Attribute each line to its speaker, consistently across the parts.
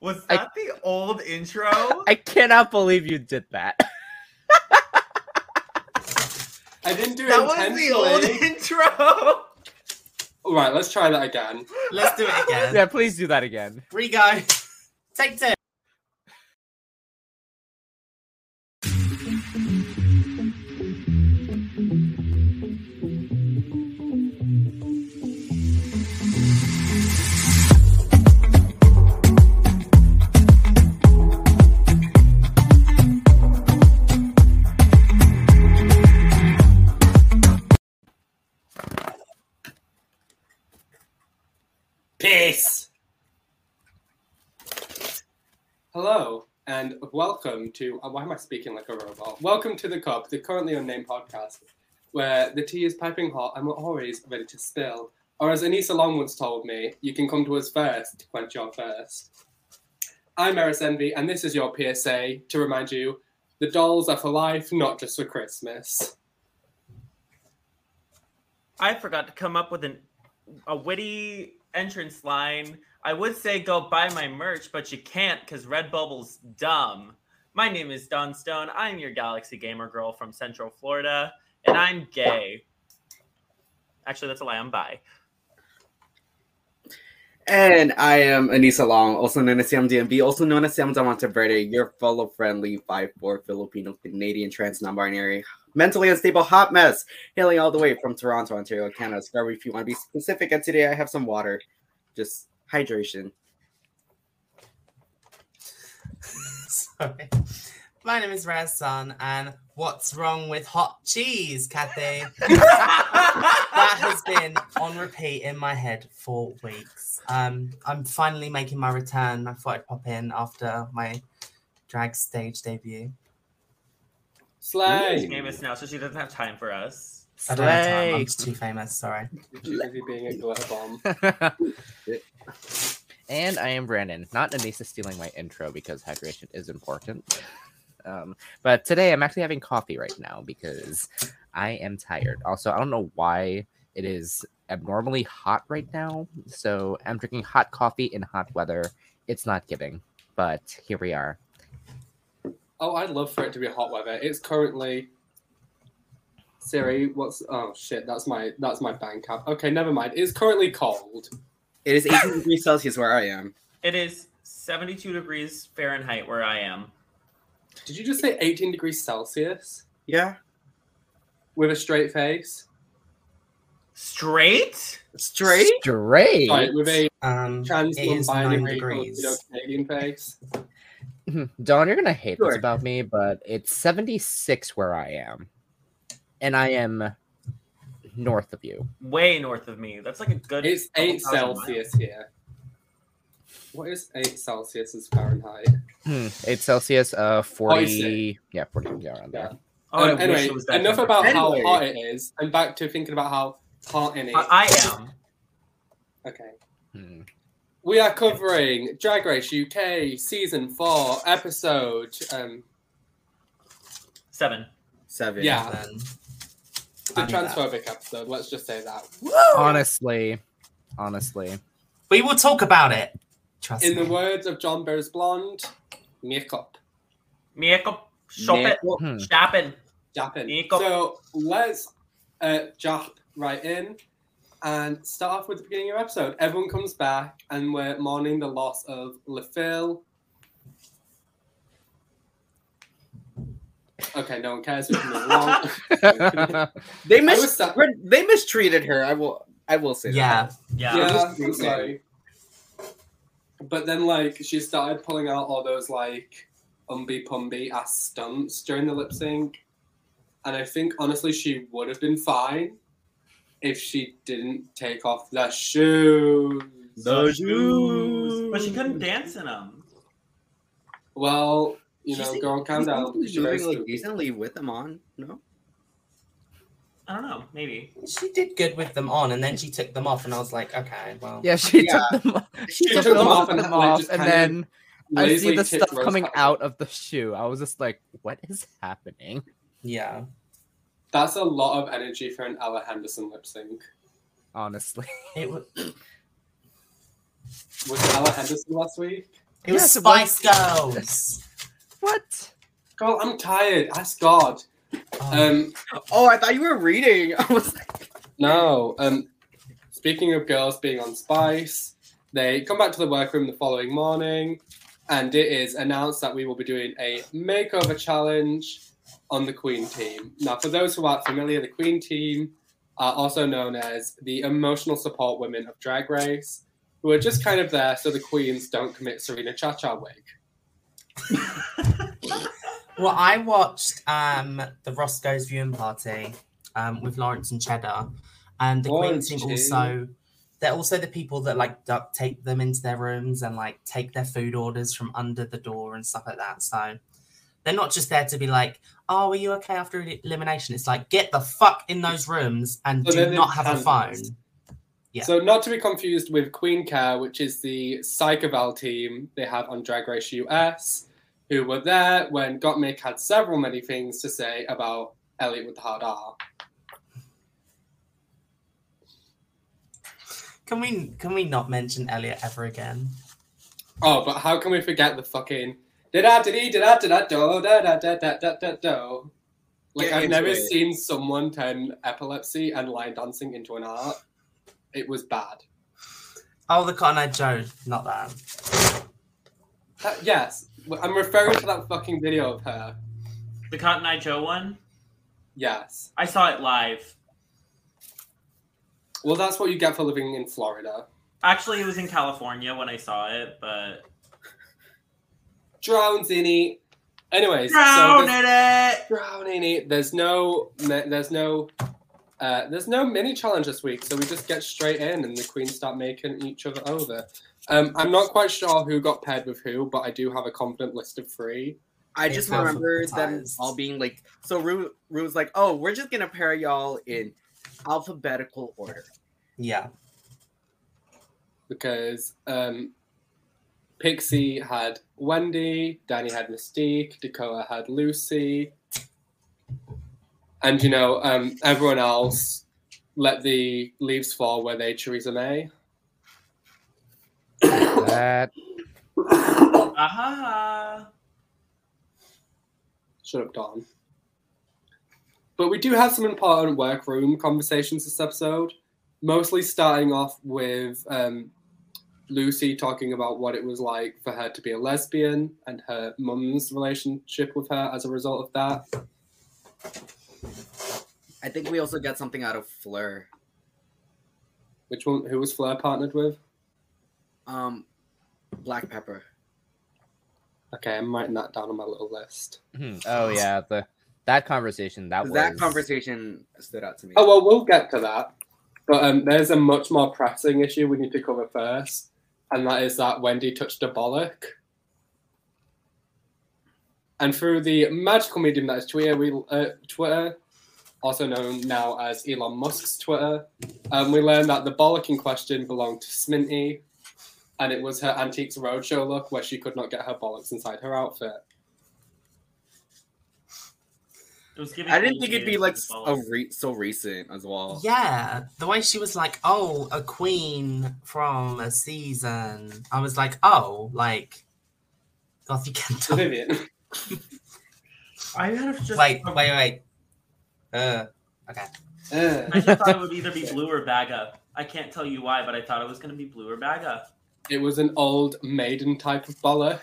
Speaker 1: Was
Speaker 2: I-
Speaker 1: that the old intro?
Speaker 2: I cannot believe you did that.
Speaker 3: I didn't do it
Speaker 1: that was the old
Speaker 3: intentionally.
Speaker 1: intro.
Speaker 3: All right, let's try that again.
Speaker 4: Let's do it again.
Speaker 2: yeah, please do that again.
Speaker 4: Three go. Take two.
Speaker 3: Peace. Hello and welcome to. uh, Why am I speaking like a robot? Welcome to the Cup, the currently unnamed podcast, where the tea is piping hot and we're always ready to spill. Or as Anissa Long once told me, you can come to us first to quench your thirst. I'm Eris Envy, and this is your PSA to remind you: the dolls are for life, not just for Christmas.
Speaker 1: I forgot to come up with an a witty entrance line. I would say go buy my merch, but you can't because Redbubble's dumb. My name is Don Stone. I'm your Galaxy Gamer girl from Central Florida, and I'm gay. Actually, that's a lie. I'm bi.
Speaker 2: And I am Anissa Long, also known as Sam DMB, also known as Sam Monteverde, your fellow friendly 5'4 Filipino Canadian trans non binary, mentally unstable hot mess, hailing all the way from Toronto, Ontario, Canada, Scarborough, if you want to be specific. And today I have some water, just hydration.
Speaker 4: Sorry. My name is Raz Sun, and what's wrong with hot cheese, Kathy? that has been on repeat in my head for weeks. Um, I'm finally making my return. I thought I'd pop in after my drag stage debut.
Speaker 3: Slay.
Speaker 1: She's famous now, so she doesn't have time for us.
Speaker 4: I don't have time.
Speaker 2: Slay.
Speaker 4: I'm just too famous. Sorry.
Speaker 3: Too busy being a glitter bomb.
Speaker 2: and I am Brandon, not Anissa stealing my intro because hydration is important. Um, but today I'm actually having coffee right now because I am tired. Also, I don't know why it is abnormally hot right now. So I'm drinking hot coffee in hot weather. It's not giving, but here we are.
Speaker 3: Oh, I'd love for it to be hot weather. It's currently Siri, what's oh shit, that's my that's my bank app. Okay, never mind. It's currently cold.
Speaker 5: It is 18 degrees Celsius where I am.
Speaker 1: It is 72 degrees Fahrenheit where I am.
Speaker 3: Did you just say 18 degrees Celsius
Speaker 5: Yeah,
Speaker 3: with a straight face?
Speaker 1: Straight?
Speaker 5: straight.
Speaker 2: Straight.
Speaker 3: Sorry, with a
Speaker 4: Um,
Speaker 3: trans
Speaker 4: it is nine
Speaker 3: non-binary
Speaker 4: degrees.
Speaker 3: Filipino Canadian face.
Speaker 2: Don, you're gonna hate
Speaker 5: Sure.
Speaker 2: this about me, but it's 76 where I am. And I am north of you.
Speaker 1: Way north of me. That's like a good.
Speaker 3: It's
Speaker 1: couple
Speaker 3: 8
Speaker 1: thousand miles.
Speaker 3: Celsius here. What is 8 Celsius as Fahrenheit?
Speaker 2: Hmm, Eight Celsius, uh,
Speaker 3: Oh, I
Speaker 2: forty.
Speaker 3: see.
Speaker 2: yeah, forty. Yeah, around there.
Speaker 1: Oh, I
Speaker 3: Um,
Speaker 1: wish
Speaker 3: anyway,
Speaker 1: it was that
Speaker 3: enough
Speaker 1: temperature.
Speaker 3: about
Speaker 5: Anyway.
Speaker 3: how hot it is. I'm back to thinking about how hot it is.
Speaker 1: I, I am.
Speaker 3: okay.
Speaker 2: Hmm.
Speaker 3: We are covering Drag Race UK season four, episode um,
Speaker 1: Seven.
Speaker 5: Seven.
Speaker 3: Yeah.
Speaker 4: Then
Speaker 3: the
Speaker 4: I knew that.
Speaker 3: transphobic episode. Let's just say that
Speaker 2: Honestly, honestly,
Speaker 4: We will talk about it. Trust
Speaker 3: in the
Speaker 4: me.
Speaker 3: words of John Burr's Blonde, makeup,
Speaker 1: Mieko, shop it.
Speaker 2: Hmm.
Speaker 1: Shopping.
Speaker 3: japping.
Speaker 1: Makeup.
Speaker 3: So let's uh, jump right in and start off with the beginning of the episode. Everyone comes back and we're mourning the loss of LaFille. Okay, no one cares. We can move along.
Speaker 5: They
Speaker 3: I
Speaker 5: mis-
Speaker 3: was stuck-
Speaker 5: re- they mistreated her. I will I will say
Speaker 4: Yeah.
Speaker 5: that.
Speaker 1: Yeah.
Speaker 3: yeah,
Speaker 5: just
Speaker 3: I'm
Speaker 5: think
Speaker 3: sorry. But then, like, she started pulling out all those like umby pumby ass stunts during the lip sync, and I think honestly she would have been fine if she didn't take off the shoes.
Speaker 5: The
Speaker 1: But she couldn't dance in them.
Speaker 3: Well, you
Speaker 5: She
Speaker 3: know,
Speaker 5: seemed-
Speaker 3: girl, calm
Speaker 5: she
Speaker 3: down.
Speaker 5: seemed to be
Speaker 3: She's very
Speaker 5: moving like
Speaker 3: stupid.
Speaker 5: decently with them on. No.
Speaker 1: I don't know. Maybe.
Speaker 4: She did good with them on, and then she took them off, and I was like, okay, well.
Speaker 2: yeah, she
Speaker 5: Yeah.
Speaker 2: took them.
Speaker 3: She took them off and,
Speaker 2: them
Speaker 3: like,
Speaker 2: off,
Speaker 3: just
Speaker 2: and
Speaker 3: kinda
Speaker 2: then I see
Speaker 3: lazily
Speaker 2: the
Speaker 3: kicked
Speaker 2: stuff
Speaker 3: Rose
Speaker 2: coming
Speaker 3: out.
Speaker 2: out of the shoe. I was just like, "What is happening?"
Speaker 4: Yeah.
Speaker 3: That's a lot of energy for an Ella Henderson lip sync.
Speaker 2: Honestly,
Speaker 4: It was.
Speaker 3: Was it Ella Henderson last week?
Speaker 4: It was
Speaker 2: Yes, it was.
Speaker 4: Spice Girls.
Speaker 2: What?
Speaker 3: Girl, I'm tired. Ask God.
Speaker 4: Oh,
Speaker 3: Um,
Speaker 5: Oh, I thought you were reading. I was like,
Speaker 3: No. Um, speaking of girls being on Spice, they come back to the workroom the following morning, and it is announced that we will be doing a makeover challenge on the Queen team. Now, for those who aren't familiar, the Queen team are also known as the emotional support women of Drag Race, who are just kind of there so the queens don't commit Serena Cha Cha wig.
Speaker 4: well, I watched um the Roscoe's viewing party um with Lawrence and Cheddar, and the Queen
Speaker 3: Lawrence
Speaker 4: team
Speaker 3: too.
Speaker 4: also. They're also the people that like duct tape them into their rooms and like take their food orders from under the door and stuff like that. So they're not just there to be like, "Oh, are you okay after el- elimination?" It's like, get the fuck in those rooms and
Speaker 3: So they're
Speaker 4: do
Speaker 3: the
Speaker 4: not have a phone.
Speaker 3: panelists.
Speaker 4: Yeah.
Speaker 3: So not to be confused with Queen Care, which is the Psychoval team they have on Drag Race US, who were there when Gottmik had several many things to say about Elliot with the hard R.
Speaker 4: Can we can we not mention Elliot ever again?
Speaker 3: Oh, but how can we forget the fucking da da da dee da da da da do da da da da da da do. Like
Speaker 5: Get
Speaker 3: I've
Speaker 5: into
Speaker 3: never
Speaker 5: it.
Speaker 3: seen someone turn epilepsy and line dancing into an art. It was bad.
Speaker 4: Oh, the Cotton Eye Joe, not that.
Speaker 3: That- Uh, yes, I'm referring to that fucking video of her.
Speaker 1: The Cotton Eye Joe one?
Speaker 3: Yes.
Speaker 1: I saw it live.
Speaker 3: Well, that's what you get for living in Florida.
Speaker 1: Actually, it was in California when I saw it, but
Speaker 3: drowns in it. Anyways,
Speaker 1: drown
Speaker 3: so there's-
Speaker 1: in it.
Speaker 3: drown in it. There's no, there's no, uh, there's no mini challenge this week, so we just get straight in, and the queens start making each other over. Um, I'm not quite sure who got paired with who, but I do have a confident list of three.
Speaker 5: I
Speaker 4: It's
Speaker 5: just
Speaker 4: not
Speaker 5: remember them
Speaker 4: alphabetized.
Speaker 5: all being like, so Rue, Rue was like, oh, we're just gonna pair y'all in alphabetical order.
Speaker 4: Yeah.
Speaker 3: because um, Pixie had Wendy, Danny had Mystique, Dakota had Lucy, and you know um, everyone else let the leaves fall where they Theresa May.
Speaker 2: That
Speaker 1: Aha.
Speaker 3: Shut up, Don. But we do have some important workroom conversations this episode, mostly starting off with um, Lucy talking about what it was like for her to be a lesbian and her mum's relationship with her as a result of that.
Speaker 5: I think we also got something out of Fleur.
Speaker 3: Which one? Who was Flair partnered with?
Speaker 5: Um, Black Pepper.
Speaker 3: Okay, I'm writing that down on my little list.
Speaker 2: hmm, oh yeah, the that conversation that
Speaker 5: 'Cause
Speaker 2: was
Speaker 5: That conversation stood out to me.
Speaker 3: Oh well, we'll get to that. But um, there's a much more pressing issue we need to cover first, and that is that Wendy touched a bollock. And through the magical medium that is Twitter, we uh, Twitter, also known now as Elon Musk's Twitter, um, we learned that the bollock in question belonged to Sminty, and it was her Antiques Roadshow look where she could not get her bollocks inside her outfit.
Speaker 1: It was giving
Speaker 5: I didn't think it'd be
Speaker 1: ages
Speaker 5: like
Speaker 1: to
Speaker 5: a
Speaker 1: follow.
Speaker 5: re- so recent as well.
Speaker 4: Yeah. The way she was like, oh, a queen from a season. I was like, oh, like, Gothy
Speaker 3: So
Speaker 4: Kento.
Speaker 3: Vivian,
Speaker 1: I would have just
Speaker 4: Wait, wait, wait. Uh,
Speaker 3: uh,
Speaker 1: I just thought it would either be blue or Baga. I can't tell you why, but I thought it was gonna be blue or Baga.
Speaker 3: it was an old maiden type of bollock.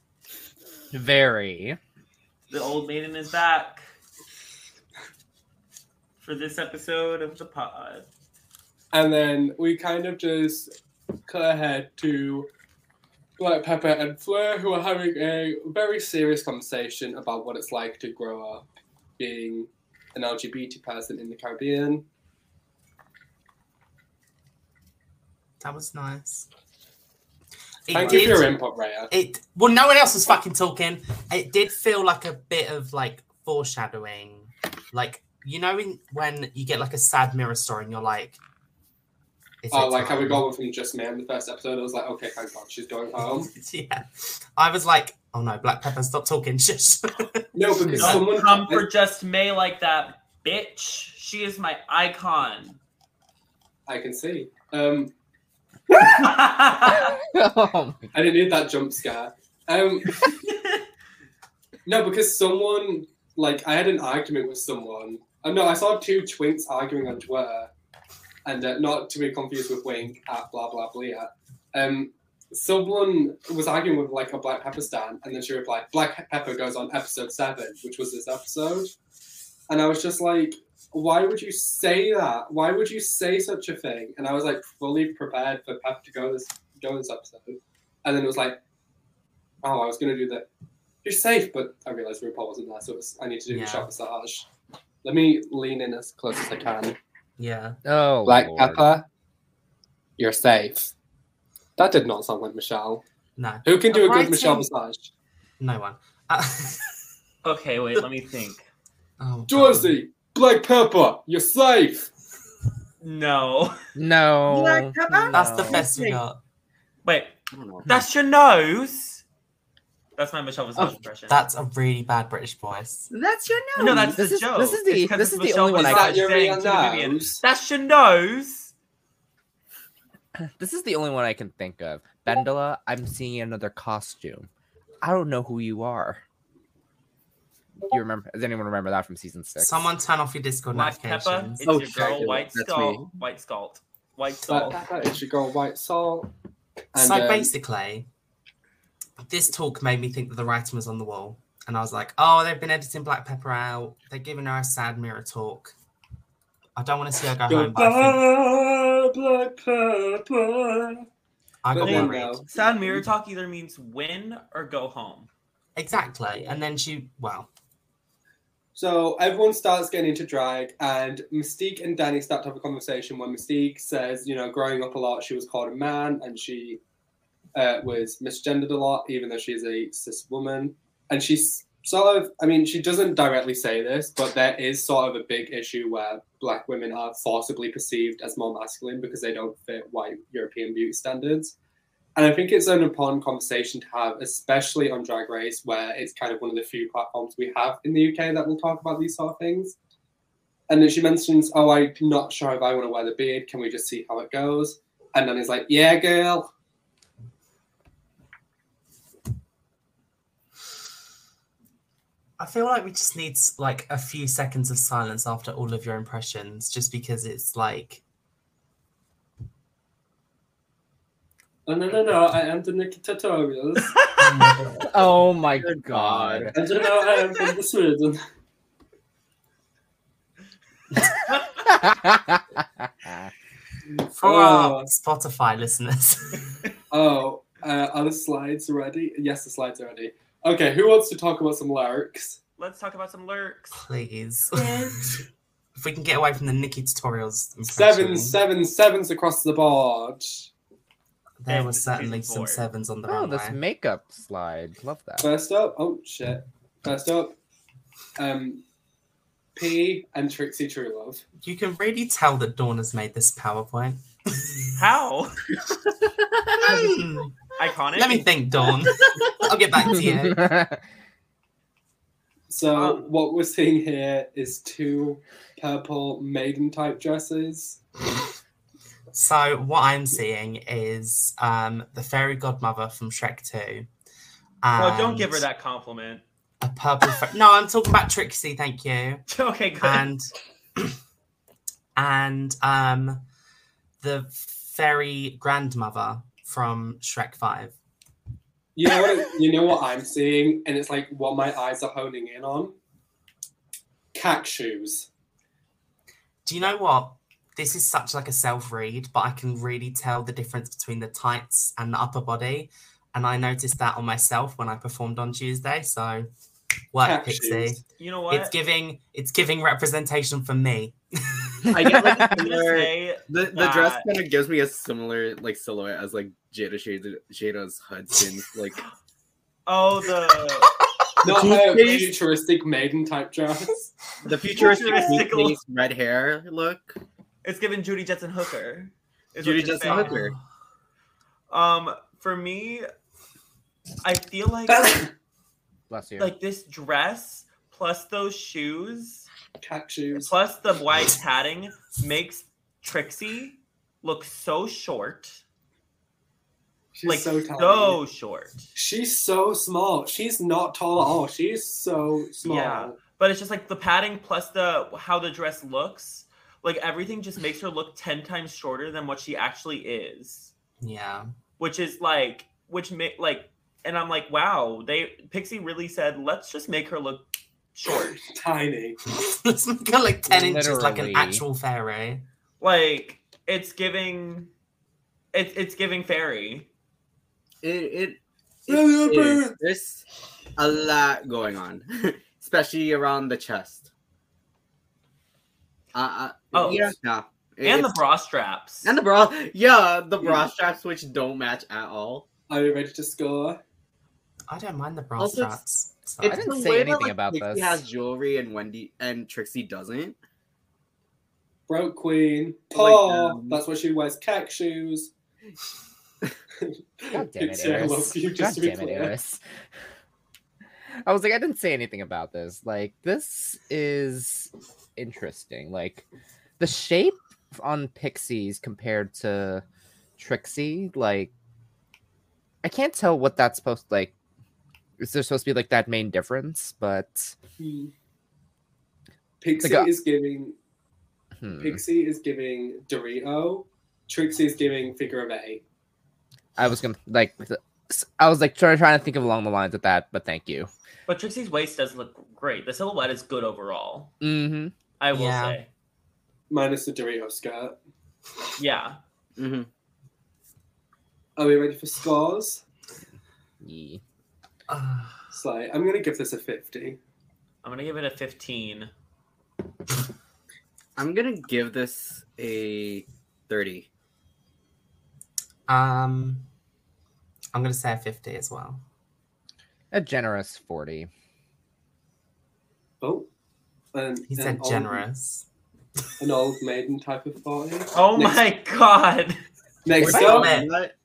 Speaker 2: very
Speaker 1: The old maiden is back for this episode of the pod.
Speaker 3: And then we kind of just cut ahead to Black Pepper and Fleur, who are having a very serious conversation about what it's like to grow up being an LGBT person in the Caribbean.
Speaker 4: that was nice. It
Speaker 3: Thank you for your
Speaker 4: did-
Speaker 3: input, Raya.
Speaker 4: it well no one else was fucking talking it did feel like a bit of like foreshadowing like you know in, when you get like a sad mirror story and you're like is
Speaker 3: Oh,
Speaker 4: it
Speaker 3: like how we
Speaker 4: time?
Speaker 3: got one from Just Me in the first episode. I was like, okay, thank God she's going home.
Speaker 4: yeah i was like oh no black pepper stop talking shush
Speaker 3: No, because someone
Speaker 1: Don't come for just May like that, bitch. She is my icon.
Speaker 3: I can see. Um,
Speaker 2: oh my
Speaker 3: I didn't need that jump scare. Um, no, because someone like I had an argument with someone. Uh, no, I saw two twinks arguing on Twitter, and uh, not to be confused with Wink at blah blah blah. Um, someone was arguing with like a black pepper stand, and then she replied, "Black pepper goes on episode seven, which was this episode," and I was just like. Why would you say that? Why would you say such a thing? And I was like fully prepared for Pep to go this go this episode, and then it was like, oh, I was gonna do that. You're safe, but I realized RuPaul wasn't there, so it was, I need to do
Speaker 4: Yeah.
Speaker 3: a shot massage. Let me lean in as close as I can.
Speaker 4: Yeah.
Speaker 2: Oh,
Speaker 3: Black
Speaker 2: Lord.
Speaker 3: pepper, you're safe. That did not sound like Michelle.
Speaker 4: No.
Speaker 3: Who can do a
Speaker 4: Writing-
Speaker 3: good Michelle massage?
Speaker 4: No one. Uh,
Speaker 1: okay, wait, let me think.
Speaker 4: oh, God.
Speaker 3: Dorsey, black pepper, you're safe.
Speaker 1: No.
Speaker 2: No.
Speaker 5: Black pepper?
Speaker 4: That's the
Speaker 2: no.
Speaker 4: best we got.
Speaker 1: Wait,
Speaker 5: I don't know.
Speaker 1: that's your nose. That's my Michelle Visage
Speaker 2: Oh,
Speaker 1: impression.
Speaker 4: That's a really bad British voice.
Speaker 5: That's your nose.
Speaker 1: no, that's
Speaker 2: This
Speaker 1: the
Speaker 2: is-
Speaker 1: joke.
Speaker 2: this is the-
Speaker 1: It's 'cause it's
Speaker 2: this is the
Speaker 1: Michelle
Speaker 2: only one I
Speaker 1: Visage
Speaker 2: got.
Speaker 3: Your
Speaker 1: saying
Speaker 3: real
Speaker 1: to Vivian,
Speaker 3: nose.
Speaker 1: That's your nose.
Speaker 2: This is the only one I can think of. Bendola, I'm seeing you in another costume. I don't know who you are. You remember? Does anyone remember that from season six?
Speaker 4: Someone turn off your
Speaker 2: Oh,
Speaker 4: Discord
Speaker 1: Black Pepper.
Speaker 4: notifications.
Speaker 1: It's
Speaker 5: Oh,
Speaker 1: your
Speaker 5: shit,
Speaker 1: girl,
Speaker 5: yeah,
Speaker 1: White
Speaker 5: that's
Speaker 1: Skull. White Skull. White
Speaker 3: Black
Speaker 1: Skull.
Speaker 3: pepper, it's your girl white salt. And,
Speaker 4: So
Speaker 3: um,
Speaker 4: basically, this talk made me think that the writing was on the wall. And I was like, oh, they've been editing Black Pepper out. They're giving her a sad mirror talk. I don't want to see her go home, but
Speaker 2: Ah,
Speaker 4: I, think
Speaker 3: Goodbye, black pepper.
Speaker 4: I got
Speaker 3: But
Speaker 1: there you
Speaker 4: worried.
Speaker 3: go.
Speaker 1: Sad mirror talk either means win or go home.
Speaker 4: Exactly. And then she, well,
Speaker 3: So everyone starts getting into drag, and Mystique and Danny start to have a conversation where Mystique says, you know, growing up a lot, she was called a man and she uh, was misgendered a lot, even though she's a cis woman. And she's sort of, I mean, she doesn't directly say this, but there is sort of a big issue where black women are forcibly perceived as more masculine because they don't fit white European beauty standards. And I think it's an important conversation to have, especially on Drag Race, where it's kind of one of the few platforms we have in the UK that will talk about these sort of things. And then she mentions, Oh, I'm not sure if I want to wear the beard. Can we just see how it goes? And then he's like, Yeah, girl.
Speaker 4: I feel like we just need like a few seconds of silence after all of your impressions, just because it's like,
Speaker 3: Oh, no, no, no. I am the Nikki Tutorials.
Speaker 4: oh my God.
Speaker 2: Oh my
Speaker 5: Good
Speaker 2: god.
Speaker 3: And you know, I am from Sweden.
Speaker 4: for our
Speaker 3: Oh.
Speaker 4: Spotify listeners.
Speaker 3: Oh, uh, are the slides ready? Yes, the slides are ready. Okay, who wants to talk about some lyrics?
Speaker 1: Let's talk about some lurks.
Speaker 4: Please. if we can get away from the Nikki tutorials.
Speaker 3: Seven,
Speaker 4: impression.
Speaker 3: seven, sevens across the board.
Speaker 4: There
Speaker 1: and
Speaker 4: were certainly some
Speaker 1: before.
Speaker 4: sevens on the
Speaker 2: oh,
Speaker 4: runway.
Speaker 2: this makeup slide. Love that.
Speaker 3: First up, oh shit. First up, um, P and Trixie True Love.
Speaker 4: You can really tell that Dawn has made this PowerPoint.
Speaker 1: How?
Speaker 4: Hmm.
Speaker 1: Iconic.
Speaker 4: Let me think, Dawn. I'll get back to you.
Speaker 3: So
Speaker 1: Oh.
Speaker 3: what we're seeing here is two purple maiden type dresses.
Speaker 4: So what I'm seeing is um, the fairy godmother from Shrek 2.
Speaker 1: No, Oh, don't
Speaker 4: and
Speaker 1: give her that compliment.
Speaker 4: A purple. Fa- no, I'm talking about Trixie. Thank you.
Speaker 1: Okay, good.
Speaker 4: and and um the fairy grandmother from Shrek 5.
Speaker 3: You know what? you know what I'm seeing, and it's like what my eyes are honing in on. Cat shoes.
Speaker 4: Do you know what? This is such like a self-read, but I can really tell the difference between the tights and the upper body. And I noticed that on myself when I performed on Tuesday. So work,
Speaker 3: Cat
Speaker 4: Pixie.
Speaker 3: shoes.
Speaker 1: you know what?
Speaker 4: It's giving it's giving representation for me.
Speaker 5: I get like a
Speaker 1: I'm gonna
Speaker 5: similar.
Speaker 1: say
Speaker 5: The, the dress
Speaker 1: that-
Speaker 5: kind of gives me a similar like silhouette as like Jada Shada, Jada's Hudson like
Speaker 1: Oh, the
Speaker 3: Not
Speaker 5: Toothpaste?
Speaker 3: a futuristic maiden type dress.
Speaker 5: the futuristic
Speaker 1: Futuristic look.
Speaker 5: face, red hair look.
Speaker 1: it's giving Judy Jetson Hooker. is what
Speaker 5: Judy
Speaker 1: you're
Speaker 5: Jetson
Speaker 1: saying.
Speaker 5: Hooker. Sure.
Speaker 1: Um, for me, I feel like
Speaker 2: Bless you.
Speaker 1: like this dress plus those shoes
Speaker 3: Cat shoes.
Speaker 1: plus the white padding makes Trixie look so short.
Speaker 3: She's
Speaker 1: like
Speaker 3: so
Speaker 1: so,
Speaker 3: tiny.
Speaker 1: short.
Speaker 3: She's so small. She's not tall at all. She's so small.
Speaker 1: Yeah. But it's just like the padding plus the how the dress looks, like everything just makes her look ten times shorter than what she actually is.
Speaker 4: Yeah.
Speaker 1: Which is like which make like and I'm like, wow, they Pixie really said, let's just make her look short.
Speaker 3: Tiny.
Speaker 4: It's got like 10 inches like an
Speaker 2: Literally.
Speaker 4: actual pharaoh.
Speaker 1: like it's giving it's it's giving fairy.
Speaker 5: It it, it
Speaker 3: Remember.
Speaker 5: is. There's a lot going on, especially around the chest. Uh, uh
Speaker 1: Oh.
Speaker 5: yeah, no. It-
Speaker 1: and the
Speaker 5: it's-
Speaker 1: bra straps.
Speaker 5: and the bra, yeah, the
Speaker 3: Yeah.
Speaker 5: bra straps which don't match at all.
Speaker 3: Are you ready to score?
Speaker 4: I don't mind the bra
Speaker 5: Also, it's-
Speaker 4: straps. So
Speaker 5: It's
Speaker 4: I don't-
Speaker 2: didn't
Speaker 5: the
Speaker 2: say
Speaker 5: way
Speaker 2: anything
Speaker 5: that, like,
Speaker 2: about
Speaker 5: Pixie
Speaker 2: this.
Speaker 5: has jewelry and Wendy and Trixie doesn't.
Speaker 3: Broke Queen.
Speaker 2: Oh,
Speaker 5: I like
Speaker 3: Paw.
Speaker 5: them.
Speaker 3: That's where she wears cack shoes.
Speaker 2: God damn it,
Speaker 3: Pixie, I love
Speaker 2: Eris.
Speaker 3: you, just
Speaker 2: God
Speaker 3: to be
Speaker 2: damn it,
Speaker 3: clear.
Speaker 2: Eris. I was like, I didn't say anything about this. Like, this is interesting. Like, the shape on Pixies compared to Trixie, like, I can't tell what that's supposed like. Is there supposed to be like that main difference? But
Speaker 3: Hmm. Pixie
Speaker 2: Like a-
Speaker 3: is giving
Speaker 2: hmm.
Speaker 3: Pixie is giving Dorito. Trixie is giving figure of eight.
Speaker 2: I was gonna like, I was like trying trying to think of along the lines of that. But thank you.
Speaker 1: But Trixie's waist does look great. The silhouette is good overall.
Speaker 2: hmm
Speaker 1: I will
Speaker 4: Yeah.
Speaker 1: say.
Speaker 3: Minus the Dorito skirt.
Speaker 1: Yeah.
Speaker 5: hmm
Speaker 3: Are we ready for scores?
Speaker 2: Yeah.
Speaker 4: Ugh.
Speaker 3: Slay. I'm gonna give this a fifty.
Speaker 1: I'm gonna give it a 15.
Speaker 5: I'm gonna give this a thirty.
Speaker 4: um, I'm going to say a 50 as well.
Speaker 2: A generous forty.
Speaker 3: Oh. Um,
Speaker 4: He
Speaker 3: an
Speaker 4: said
Speaker 3: old-
Speaker 4: generous.
Speaker 3: An old maiden type of party.
Speaker 1: Oh
Speaker 3: Next-
Speaker 1: my god.
Speaker 3: Next
Speaker 4: Wait a
Speaker 3: up,
Speaker 4: minute.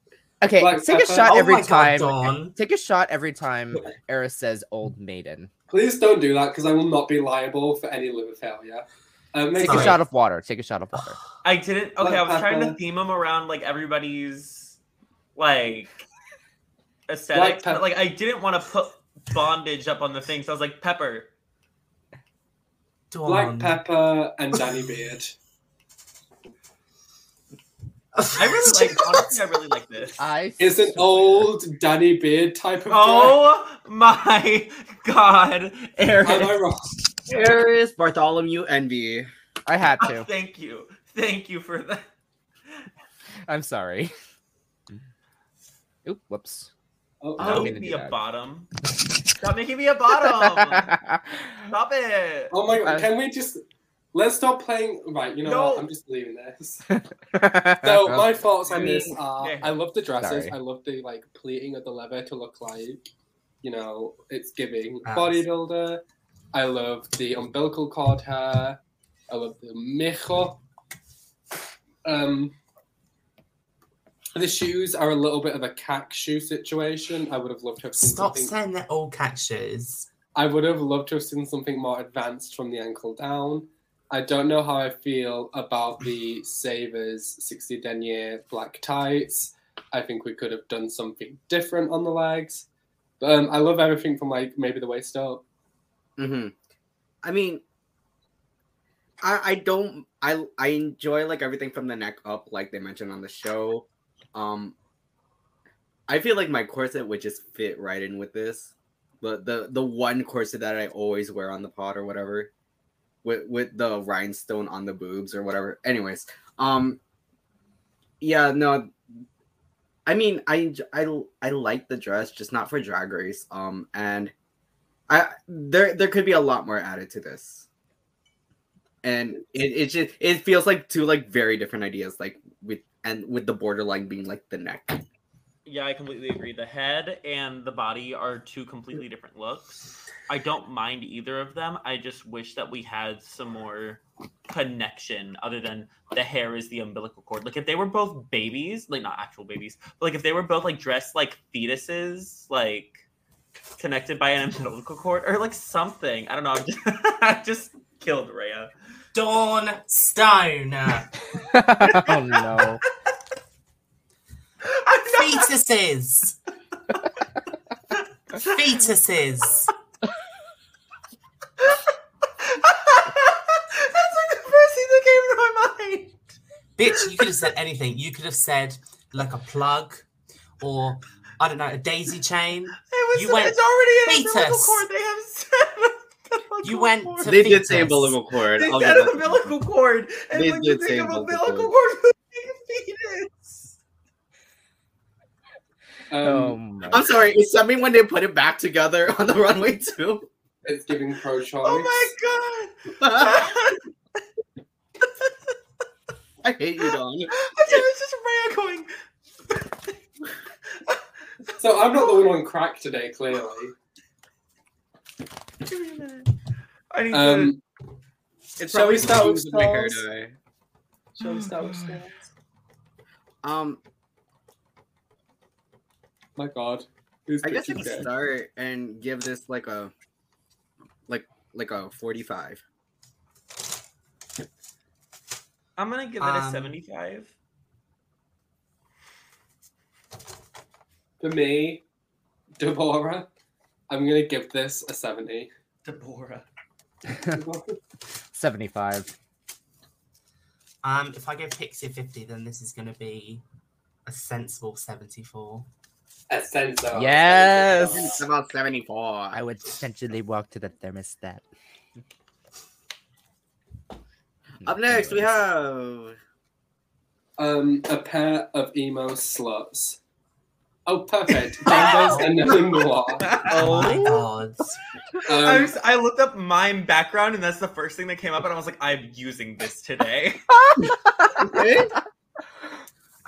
Speaker 2: Okay,
Speaker 3: Like,
Speaker 2: take a
Speaker 3: uh,
Speaker 2: shot
Speaker 4: oh
Speaker 2: every
Speaker 4: my
Speaker 2: time.
Speaker 4: God, Dawn.
Speaker 2: Take a shot every time Eris says "old maiden."
Speaker 3: please don't do that because I will not be liable for any liver failure.
Speaker 2: Take
Speaker 3: Um, next
Speaker 2: a
Speaker 4: Sorry.
Speaker 3: up-
Speaker 2: shot of water. Take a shot of water.
Speaker 1: I didn't okay, I was trying to
Speaker 3: pepper.
Speaker 1: theme them around like everybody's like aesthetics,
Speaker 3: pepper.
Speaker 1: but like I didn't want to put bondage up on the thing, so I was like pepper.
Speaker 3: Black
Speaker 4: Dawn.
Speaker 3: Pepper and Danny Beard.
Speaker 1: I really like honestly I really like this.
Speaker 2: I
Speaker 3: It's an
Speaker 2: swear.
Speaker 3: old Danny Beard type of
Speaker 1: Oh my god,
Speaker 3: dress. Am I
Speaker 1: Aaron.
Speaker 3: wrong?
Speaker 5: There is Bartholomew Envy.
Speaker 2: I had to.
Speaker 1: Thank you. Thank you for that.
Speaker 2: I'm sorry. Oop, whoops. I
Speaker 3: Oh,
Speaker 1: Stop
Speaker 2: don't
Speaker 3: oh,
Speaker 2: mean
Speaker 1: making
Speaker 2: to do
Speaker 1: me a
Speaker 2: that.
Speaker 1: bottom. Stop making me a bottom. Stop it.
Speaker 3: oh my god,
Speaker 2: Uh,
Speaker 3: can we just let's stop playing right, you know
Speaker 1: No.
Speaker 3: what? I'm just leaving this. So my thoughts on this are
Speaker 1: Yeah.
Speaker 3: I love the dresses,
Speaker 2: Sorry.
Speaker 3: I love the like pleating of the leather to look like, you know, it's giving
Speaker 4: Ass.
Speaker 3: bodybuilder. I love the umbilical cord hair. I love the makeup. Um the shoes are a little bit of a cack shoe situation. I would have loved to have seen
Speaker 4: Stop
Speaker 3: something
Speaker 4: saying they're all cat shoes.
Speaker 3: I would have loved to have seen something more advanced from the ankle down. I don't know how I feel about the Savers 60 denier black tights. I think we could have done something different on the legs. But, um, I love everything from like maybe the waist up.
Speaker 5: hmm I mean, I I don't I I enjoy like everything from the neck up, like they mentioned on the show. Um, I feel like my corset would just fit right in with this, but the the one corset that I always wear on the pod or whatever, with with the rhinestone on the boobs or whatever. Anyways, um, yeah, no. I mean, I enj- I l- I like the dress, just not for drag race. Um, and I there there could be a lot more added to this. And it, it just it feels like two like very different ideas, like with and with the borderline being like the neck.
Speaker 1: Yeah, I completely agree. The head and the body are two completely different looks. I don't mind either of them. I just wish that we had some more connection other than the hair is the umbilical cord. Like if they were both babies, like not actual babies, but like if they were both like dressed like fetuses, like connected by an umbilical cord or like something. I don't know. I'm just, I just killed Rhea.
Speaker 4: Dawn Stone.
Speaker 2: oh no.
Speaker 1: I'm
Speaker 4: Fetuses. Fetuses.
Speaker 1: That's like the first thing that came to my mind.
Speaker 4: Bitch, you could have said anything. You could have said like a plug or I don't know, a daisy chain.
Speaker 1: It was.
Speaker 4: You went
Speaker 1: it's already in
Speaker 4: fetus.
Speaker 1: the umbilical cord. They have seven. umbilical
Speaker 4: went
Speaker 1: cords.
Speaker 4: to Oh,
Speaker 5: They did
Speaker 4: fetus.
Speaker 5: say umbilical cord.
Speaker 1: They
Speaker 5: I'll
Speaker 1: said
Speaker 5: give that-
Speaker 1: umbilical cord, and
Speaker 5: They
Speaker 1: when you
Speaker 5: did say
Speaker 1: think of
Speaker 5: umbilical
Speaker 1: umbilical cord, you think fetus.
Speaker 2: Oh
Speaker 3: Um,
Speaker 2: my
Speaker 5: I'm sorry. Is something when they put it back together on the runway too?
Speaker 3: It's giving pro choice.
Speaker 1: Oh my god!
Speaker 5: I
Speaker 1: I
Speaker 5: hate you, Don.
Speaker 1: was just Rhea going.
Speaker 3: So I'm not the one on crack today, clearly.
Speaker 1: Give me a minute. I need
Speaker 3: Um,
Speaker 5: It's
Speaker 3: Shall we
Speaker 5: probably
Speaker 3: start
Speaker 5: the
Speaker 3: with
Speaker 5: moves in my hair
Speaker 3: stars?
Speaker 5: dye.
Speaker 3: shall we start with
Speaker 1: Oh,
Speaker 3: stars?
Speaker 5: Um,
Speaker 3: My god. Who's
Speaker 5: I guess I
Speaker 3: picking
Speaker 5: can
Speaker 3: Jen?
Speaker 5: start and give this like a, like like a 45.
Speaker 1: to. I'm gonna give it a
Speaker 4: Um,
Speaker 1: 75.
Speaker 3: For me, Deborah, I'm gonna give this a 70.
Speaker 1: Deborah.
Speaker 2: Seventy-five.
Speaker 4: Um, if I go Pixie 50, then this is going to be a sensible 74.
Speaker 3: a sensor.
Speaker 2: Yes.
Speaker 5: It's about 74.
Speaker 2: I would potentially walk to the thermostat.
Speaker 5: Up next, we
Speaker 2: Anyways.
Speaker 5: have.
Speaker 3: Um, a pair of emo sluts. Oh, perfect. Dandos and Lingua.
Speaker 4: Oh my god. Oh.
Speaker 1: I,
Speaker 3: Um,
Speaker 1: was, I looked up mime background, and that's the first thing that came up, and I was like, I'm using this today.
Speaker 3: in the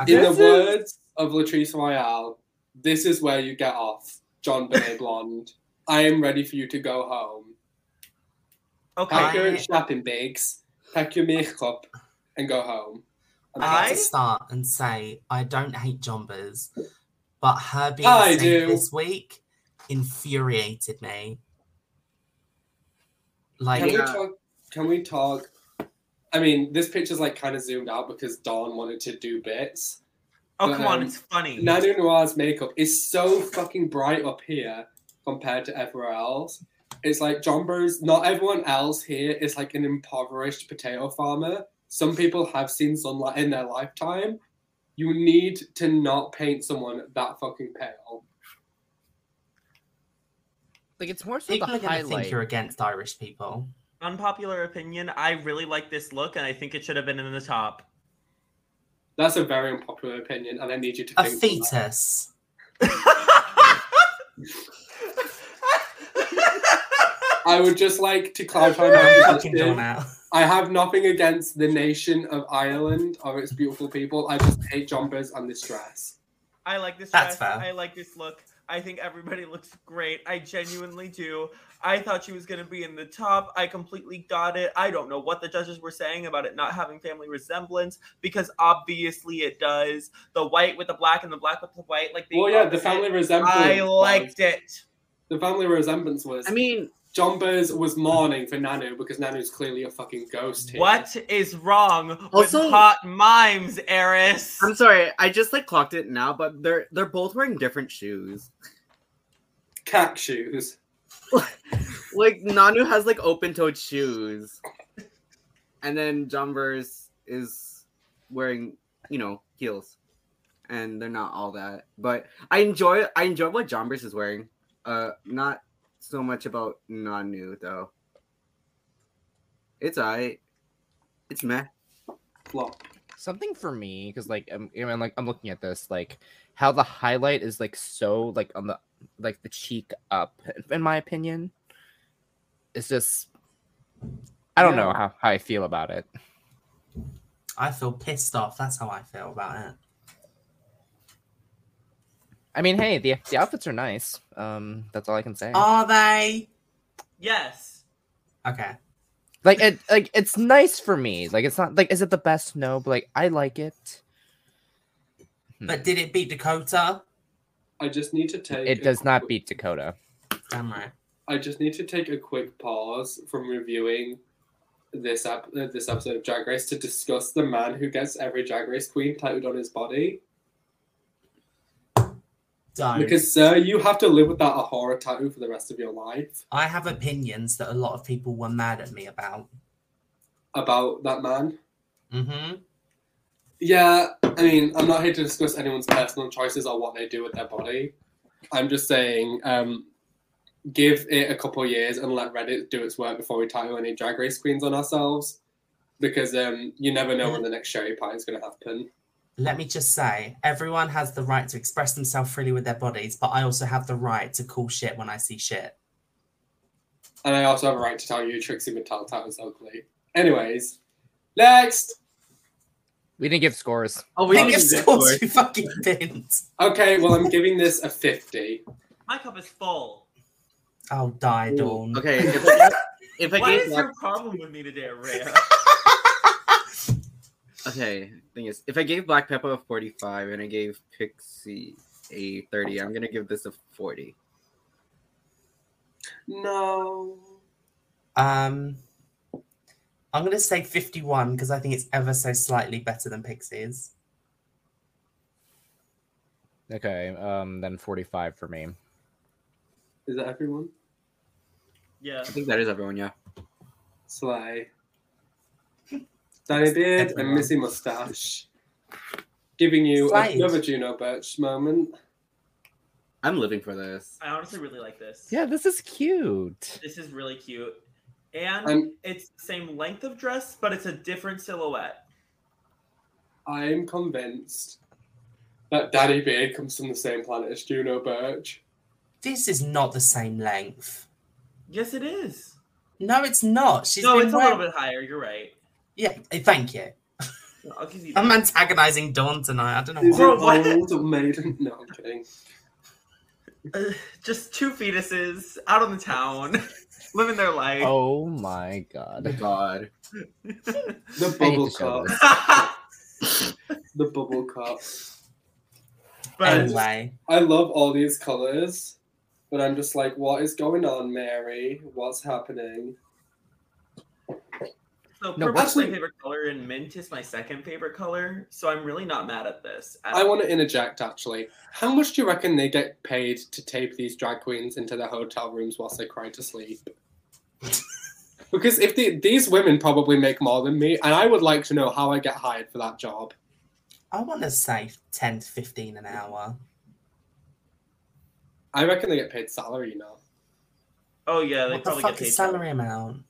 Speaker 4: Okay.
Speaker 3: words of Latrice Royale, this is where you get off, John Benet Blonde. I am ready for you to go home.
Speaker 1: Okay.
Speaker 3: Pack
Speaker 4: I-
Speaker 3: your shopping bags, pack your makeup, and go home. And
Speaker 4: I
Speaker 1: I-
Speaker 4: have to start and say I don't hate Jombas, but her being
Speaker 3: I
Speaker 4: safe
Speaker 3: do.
Speaker 4: this week infuriated me.
Speaker 3: Can
Speaker 4: Like
Speaker 3: we
Speaker 5: Yeah.
Speaker 3: talk? Can we talk? I mean, this picture's like kind of zoomed out because Dawn wanted to do bits.
Speaker 1: oh, come on,
Speaker 3: um,
Speaker 1: it's funny.
Speaker 3: Nanu Noir's makeup is so fucking bright up here compared to everywhere else. It's like John Burroughs, not everyone else here is like an impoverished potato farmer. Some people have seen sunlight in their lifetime. You need to not paint someone that fucking pale.
Speaker 2: Like it's more so the
Speaker 4: people are gonna
Speaker 2: highlight.
Speaker 4: think you're against Irish people.
Speaker 1: Unpopular opinion, I really like this look, and I think it should have been in the top.
Speaker 3: That's a very unpopular opinion, and I need you to
Speaker 4: A
Speaker 3: think.
Speaker 4: fetus.
Speaker 3: I would just like to clarify
Speaker 4: I'm
Speaker 3: my
Speaker 4: fucking
Speaker 3: position.
Speaker 4: donut.
Speaker 3: I have nothing against the nation of Ireland or its beautiful people. I just hate jumpers and this dress.
Speaker 1: I like this
Speaker 4: That's
Speaker 1: dress.
Speaker 4: fair.
Speaker 1: I like this look. I think everybody looks great. I genuinely do. I thought she was going to be in the top. I completely got it. I don't know what the judges were saying about it not having family resemblance because obviously it does. The white with the black and the black with the white, like the
Speaker 3: Well, yeah, the family resemblance.
Speaker 1: I
Speaker 3: was-
Speaker 1: liked it.
Speaker 3: the family resemblance was.
Speaker 5: I mean,
Speaker 3: jumpers was mourning for Nanu because Nanu's clearly a fucking ghost here.
Speaker 1: What is wrong
Speaker 5: Also-
Speaker 1: with hot mimes, Eris?
Speaker 5: I'm sorry. I just like clocked it now, but they're they're both wearing different shoes.
Speaker 3: Cat shoes.
Speaker 5: Like Nanu has like open-toed shoes, and then Jumbers is wearing you know heels, and they're not all that. But I enjoy I enjoy what Jumbers is wearing. Uh, not so much about Nanu though. It's alright. It's meh.
Speaker 3: Flop.
Speaker 2: something for me because like I'm, I'm like i'm looking at this like how the highlight is like so like on the like the cheek up in my opinion it's just i don't know
Speaker 3: Yeah.
Speaker 2: how, how i feel about it
Speaker 4: I feel pissed off. That's how I feel about it.
Speaker 2: i mean hey the, the outfits are nice um that's all i can say
Speaker 4: Are they?
Speaker 1: yes.
Speaker 4: Okay.
Speaker 2: like it like it's nice for me like it's not like is it the best no but like i like it Hmm.
Speaker 4: But did it beat Dakota?
Speaker 3: I just need to take.
Speaker 2: it
Speaker 3: a
Speaker 2: does not
Speaker 3: quick-
Speaker 2: beat dakota
Speaker 4: Damn right.
Speaker 3: I just need to take a quick pause from reviewing this ep- uh, this episode of Drag Race to discuss the man who gets every Drag Race queen tattooed on his body.
Speaker 4: Don't.
Speaker 3: Because, sir, you have to live with that Ahura tattoo for the rest of your life
Speaker 4: I have opinions that a lot of people were mad at me about.
Speaker 3: about that man.
Speaker 4: Mm-hmm.
Speaker 3: Yeah, I mean, I'm not here to discuss anyone's personal choices or what they do with their body. I'm just saying, um, give it a couple years and let Reddit do its work before we tattoo any drag race queens on ourselves. Because um, you never know when the next sherry pie is going to happen.
Speaker 4: Let me just say, everyone has the right to express themselves freely with their bodies, but I also have the right to call shit when I see shit.
Speaker 3: And I also have a right to tell you Trixie Mattel tattoo's ugly. Anyways, next!
Speaker 2: We didn't give scores.
Speaker 5: Oh,
Speaker 4: We
Speaker 5: don't
Speaker 4: give
Speaker 5: need that
Speaker 4: scores
Speaker 5: word.
Speaker 4: to fucking pins.
Speaker 3: Okay, well, I'm giving this a 50.
Speaker 1: My cup is full.
Speaker 4: Oh, die,
Speaker 5: Ooh,
Speaker 4: Dawn.
Speaker 5: Okay, if I, if I
Speaker 1: What
Speaker 5: gave
Speaker 1: is
Speaker 5: Black,
Speaker 1: your problem with me today, Rhea?
Speaker 5: okay, thing is, if I gave Black Pepper a forty-five and I gave Pixie a thirty, I'm gonna give this a forty.
Speaker 3: No.
Speaker 4: Um, I'm gonna say 51 because I think it's ever so slightly better than Pixies.
Speaker 2: Okay, um, then 45 for me.
Speaker 3: Is that everyone?
Speaker 1: yeah.
Speaker 5: I think that is everyone. Yeah.
Speaker 3: Sly. Danny Beard and
Speaker 4: everyone.
Speaker 3: Missy Mustache. Giving you
Speaker 4: Sly.
Speaker 3: another Juno Birch moment.
Speaker 5: I'm living for this.
Speaker 1: I honestly really like this.
Speaker 2: Yeah, this is cute.
Speaker 1: This is really cute. And
Speaker 3: I'm-
Speaker 1: it's the same length of dress, but it's a different silhouette.
Speaker 3: I'm convinced that Danny Beard comes from the same planet as Juno Birch.
Speaker 4: This is not the same length.
Speaker 1: Yes, it is.
Speaker 4: No, it's not. She's
Speaker 1: no,
Speaker 4: been
Speaker 1: it's
Speaker 4: wearing-
Speaker 1: a little bit higher. You're right.
Speaker 4: Yeah, eh, thank you.
Speaker 1: I'll give you that.
Speaker 4: I'm antagonizing Dawn tonight. I don't know
Speaker 2: Oh,
Speaker 3: These
Speaker 4: why.
Speaker 1: Bro,
Speaker 3: are
Speaker 1: what?
Speaker 3: old maiden. No, I'm kidding.
Speaker 1: Uh, just two fetuses out on the town, living their life.
Speaker 2: Oh my
Speaker 5: Oh,
Speaker 2: god.
Speaker 5: God.
Speaker 3: The
Speaker 2: I need
Speaker 3: bubble
Speaker 2: to show
Speaker 3: cup.
Speaker 2: this.
Speaker 3: The bubble cup.
Speaker 1: but
Speaker 4: anyway,
Speaker 3: I love all these colors, but I'm just like, what is going on, Mary? What's happening?
Speaker 1: so
Speaker 2: No,
Speaker 1: purple's
Speaker 3: actually-
Speaker 1: my favorite color, and mint is my second favorite color. So I'm really not mad at this. at
Speaker 3: I
Speaker 1: all.
Speaker 3: want to interject actually. How much do you reckon they get paid to tape these drag queens into their hotel rooms whilst they cry to sleep? because if the, these women probably make more than me, and I would like to know how I get hired for that job.
Speaker 4: I want to say 10 to 15 an hour.
Speaker 3: I reckon they get paid salary, you know.
Speaker 1: Oh yeah, they
Speaker 4: what the
Speaker 1: probably
Speaker 4: fuck
Speaker 1: get paid.
Speaker 4: is
Speaker 1: for it.
Speaker 4: salary amount?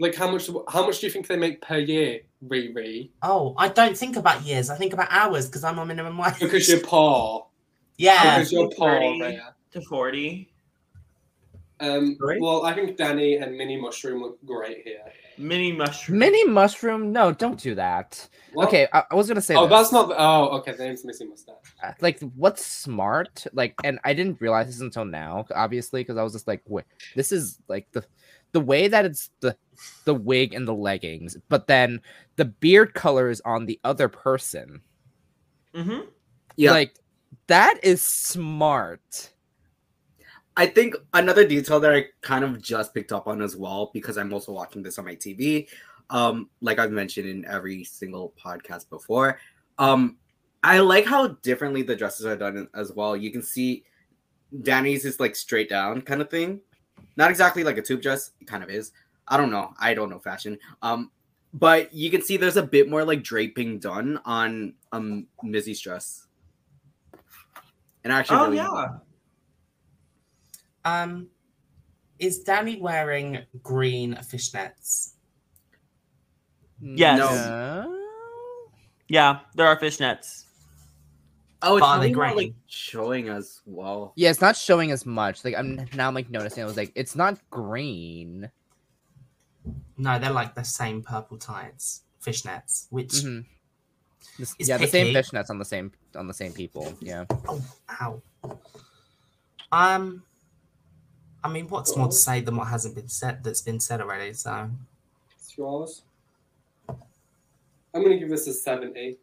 Speaker 3: Like how much? How much do you think they make per year, Riri?
Speaker 4: Oh, I don't think about years. I think about hours because I'm on minimum wage.
Speaker 3: Because you're poor.
Speaker 4: yeah,
Speaker 3: Because you're poor.
Speaker 1: Thirty.
Speaker 3: Rhea.
Speaker 1: To forty,
Speaker 3: Um,
Speaker 5: Sorry?
Speaker 3: well, I think Danny and Minnie Mushroom look great here.
Speaker 1: mini mushroom.
Speaker 2: Mini mushroom? No, don't do that.
Speaker 3: What?
Speaker 2: Okay, I, I was gonna say.
Speaker 3: Oh,
Speaker 2: this.
Speaker 3: that's not. The, oh, okay. The name's Missy Mustache.
Speaker 2: Uh, like what's smart like and i didn't realize this until now obviously because i was just like wait this is like the the way that it's the the wig and the leggings but then the beard color is on the other person
Speaker 1: hmm
Speaker 5: Yeah.
Speaker 2: like that is smart
Speaker 5: I think another detail that I kind of just picked up on as well, because I'm also watching this on my TV, um, like I've mentioned in every single podcast before, um, I like how differently the dresses are done as well. You can see Danny's is like straight down kind of thing, not exactly like a tube dress, it kind of is. I don't know. I don't know fashion. Um, but you can see there's a bit more like draping done on um Mizzy's dress. And I actually,
Speaker 1: Oh
Speaker 5: really
Speaker 1: yeah,
Speaker 4: Um, is Danny wearing green fishnets?
Speaker 1: Yes.
Speaker 2: No.
Speaker 1: yeah. There are fishnets.
Speaker 5: Oh, it's
Speaker 4: Bonnie
Speaker 5: probably not
Speaker 4: Graham.
Speaker 5: like showing as well.
Speaker 2: yeah it's not showing as much like i'm now I'm, like noticing i was like it's not green
Speaker 4: No, they're like the same purple tights, fishnets, which
Speaker 2: Mhm. This-
Speaker 4: It's
Speaker 2: yeah the same
Speaker 4: picky.
Speaker 2: fishnets on the same on the same people yeah
Speaker 3: Mm-hmm.
Speaker 4: ow. Um, I mean, what's
Speaker 3: Oh.
Speaker 4: more to say than what hasn't been said that's been said already? So
Speaker 3: It's yours. I'm gonna give this a seventy.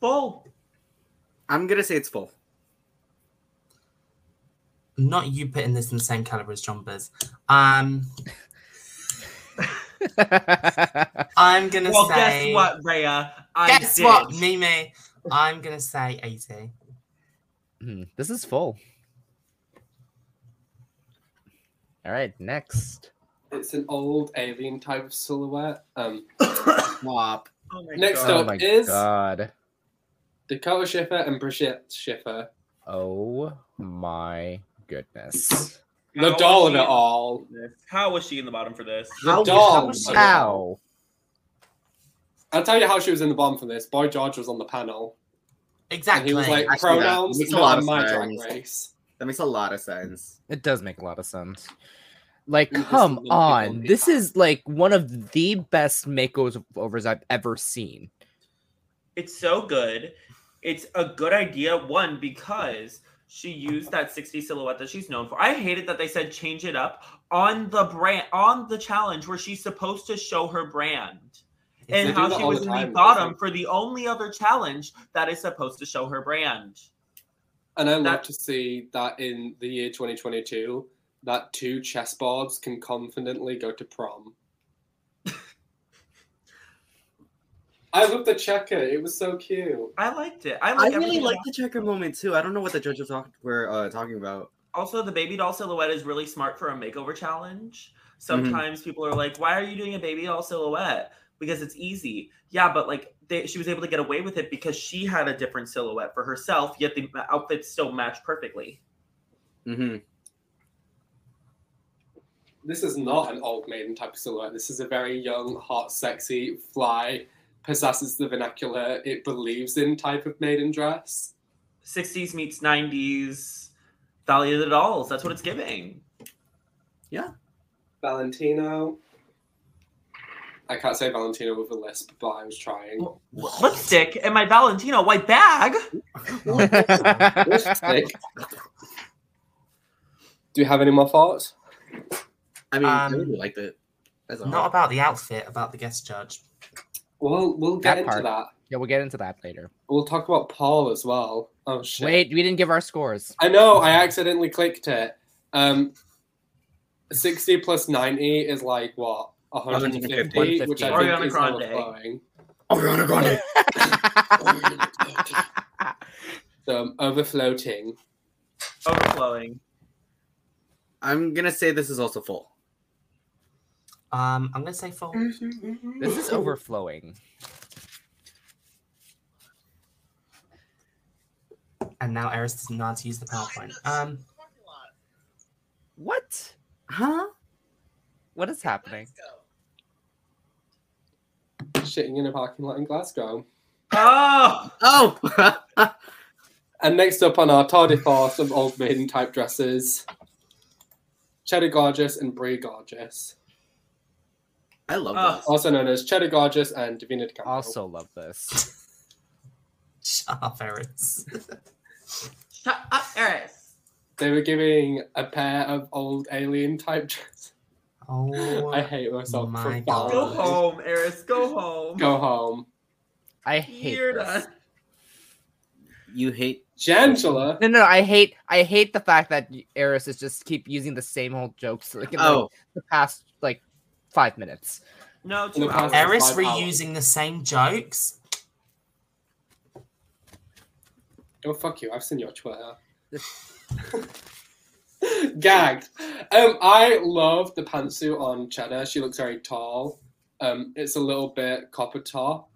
Speaker 1: Full.
Speaker 5: I'm gonna say it's full.
Speaker 4: not you putting this in the same caliber as John Buzz. Um, I'm gonna
Speaker 1: Well,
Speaker 4: say.
Speaker 1: guess what, Rhea? I
Speaker 4: Guess
Speaker 1: did.
Speaker 4: what, Mimi? I'm gonna say eighty.
Speaker 2: Hmm, this is full. All right, next.
Speaker 3: It's an old alien type of silhouette. Um,
Speaker 5: Wop.
Speaker 1: Oh my
Speaker 3: Next
Speaker 1: God.
Speaker 2: oh
Speaker 3: up.
Speaker 2: my
Speaker 3: is-
Speaker 2: god.
Speaker 3: Dakota Schiffer and Brigitte Schiffer.
Speaker 2: Oh my goodness.
Speaker 3: The
Speaker 1: How
Speaker 3: doll of
Speaker 1: was
Speaker 3: it
Speaker 1: she-
Speaker 3: all.
Speaker 1: How was she in the bottom for this?
Speaker 3: The
Speaker 5: How-
Speaker 3: doll.
Speaker 5: how
Speaker 3: of
Speaker 5: was
Speaker 3: it all.
Speaker 2: Ow.
Speaker 3: I'll tell you how she was in the bomb for this. Boy George was on the panel. And
Speaker 4: Exactly.
Speaker 3: he was like,
Speaker 5: I see that.
Speaker 3: pronouns,
Speaker 5: Makes a
Speaker 3: not
Speaker 5: lot
Speaker 3: on
Speaker 5: of
Speaker 3: my drag
Speaker 5: sense.
Speaker 3: race.
Speaker 5: That makes a lot of sense.
Speaker 2: It does make a lot of sense. Like,
Speaker 3: We just
Speaker 2: come
Speaker 3: need to
Speaker 2: on.
Speaker 3: make
Speaker 2: This
Speaker 3: up.
Speaker 2: is like one of the best makeovers I've ever seen.
Speaker 1: It's so good. It's a good idea, one, because she used that 60 silhouette that she's known for. I hated that they said change it up on the brand on the challenge where she's supposed to show her brand.
Speaker 3: They
Speaker 1: And
Speaker 3: do
Speaker 1: how
Speaker 3: that
Speaker 1: she
Speaker 3: all
Speaker 1: was
Speaker 3: the
Speaker 1: in
Speaker 3: time,
Speaker 1: the
Speaker 3: don't
Speaker 1: bottom
Speaker 3: they?
Speaker 1: for the only other challenge that is supposed to show her brand.
Speaker 3: And I love
Speaker 1: That-
Speaker 3: to see that in the year 2022, that two chessboards can confidently go to prom. I love the checker. It was so cute.
Speaker 1: I liked it. I,
Speaker 5: I
Speaker 1: like
Speaker 5: really
Speaker 1: everything
Speaker 5: like the checker moment too. I don't know what the judges talk- were uh, talking about.
Speaker 1: also the baby doll silhouette is really smart for a makeover challenge
Speaker 3: Mm-hmm.
Speaker 1: sometimes people are like why are you doing a baby doll silhouette because it's easy yeah but like they, she was able to get away with it because she had a different silhouette for herself yet the outfits still matched perfectly
Speaker 5: Mm-hmm.
Speaker 3: This is not an old maiden type of silhouette. This is a very young, hot, sexy, fly, possesses the vernacular, it believes in type of maiden dress.
Speaker 1: 60s meets 90s Valley of the Dolls. That's what it's giving.
Speaker 3: Valentino. I can't say Valentino with a lisp, but I was trying.
Speaker 1: Lipstick and my Valentino white bag.
Speaker 3: Lipstick. Do you have any more thoughts?
Speaker 5: I mean, I
Speaker 4: Um,
Speaker 5: really liked it. That's all.
Speaker 4: Not about the outfit, about the guest judge.
Speaker 3: Well, we'll get
Speaker 2: That
Speaker 3: into
Speaker 2: part.
Speaker 3: that.
Speaker 2: yeah, we'll get into that later.
Speaker 3: We'll talk about Paul as well. Oh shit!
Speaker 2: Wait, we didn't give our scores.
Speaker 3: I know. I accidentally clicked it. Um, sixty plus ninety is like what one hundred and
Speaker 5: 150.
Speaker 3: fifty, which I
Speaker 1: Ariana
Speaker 3: think is
Speaker 1: Grande.
Speaker 3: overflowing.
Speaker 5: Ariana Grande.
Speaker 3: So um, overfloating.
Speaker 1: Overflowing.
Speaker 5: I'm gonna say this is also full.
Speaker 4: Um, I'm gonna say full.
Speaker 3: Mm.
Speaker 2: this is overflowing.
Speaker 4: And now Eris doesn't know how to use the PowerPoint.
Speaker 3: Oh
Speaker 4: Um,
Speaker 2: What?
Speaker 5: Huh?
Speaker 2: What is happening?
Speaker 3: shitting in a parking lot in Glasgow.
Speaker 1: Oh,
Speaker 5: Oh.
Speaker 3: And next up on our tardivar, some old maiden type dresses. Cheddar Gorgeous and Brie Gorgeous,
Speaker 5: I love
Speaker 1: Oh.
Speaker 5: that.
Speaker 3: also known as Cheddar Gorgeous and Davina DeCampo.
Speaker 2: Also love this.
Speaker 4: shut up, Eris.
Speaker 1: shut up, Eris.
Speaker 3: They were giving a pair of old alien type dresses.
Speaker 4: Oh,
Speaker 3: I hate myself
Speaker 4: my
Speaker 3: for
Speaker 4: God.
Speaker 1: Go
Speaker 3: following this.
Speaker 1: home, Eris. Go home.
Speaker 3: Go home.
Speaker 2: I hate
Speaker 1: You're
Speaker 2: this.
Speaker 1: done.
Speaker 5: You hate.
Speaker 3: Jangela.
Speaker 2: No, no, I hate, I hate the fact that Eris is just keep using the same old jokes like in
Speaker 5: Oh,
Speaker 2: the past like five minutes.
Speaker 1: No,
Speaker 3: In the
Speaker 1: two
Speaker 3: past-
Speaker 1: hours.
Speaker 4: Eris
Speaker 3: Five hours.
Speaker 4: reusing the same jokes.
Speaker 3: Oh fuck you! I've seen your Twitter. Gagged. Um, I love the pantsuit on Cheddar. She looks very tall. Um, it's a little bit copper top.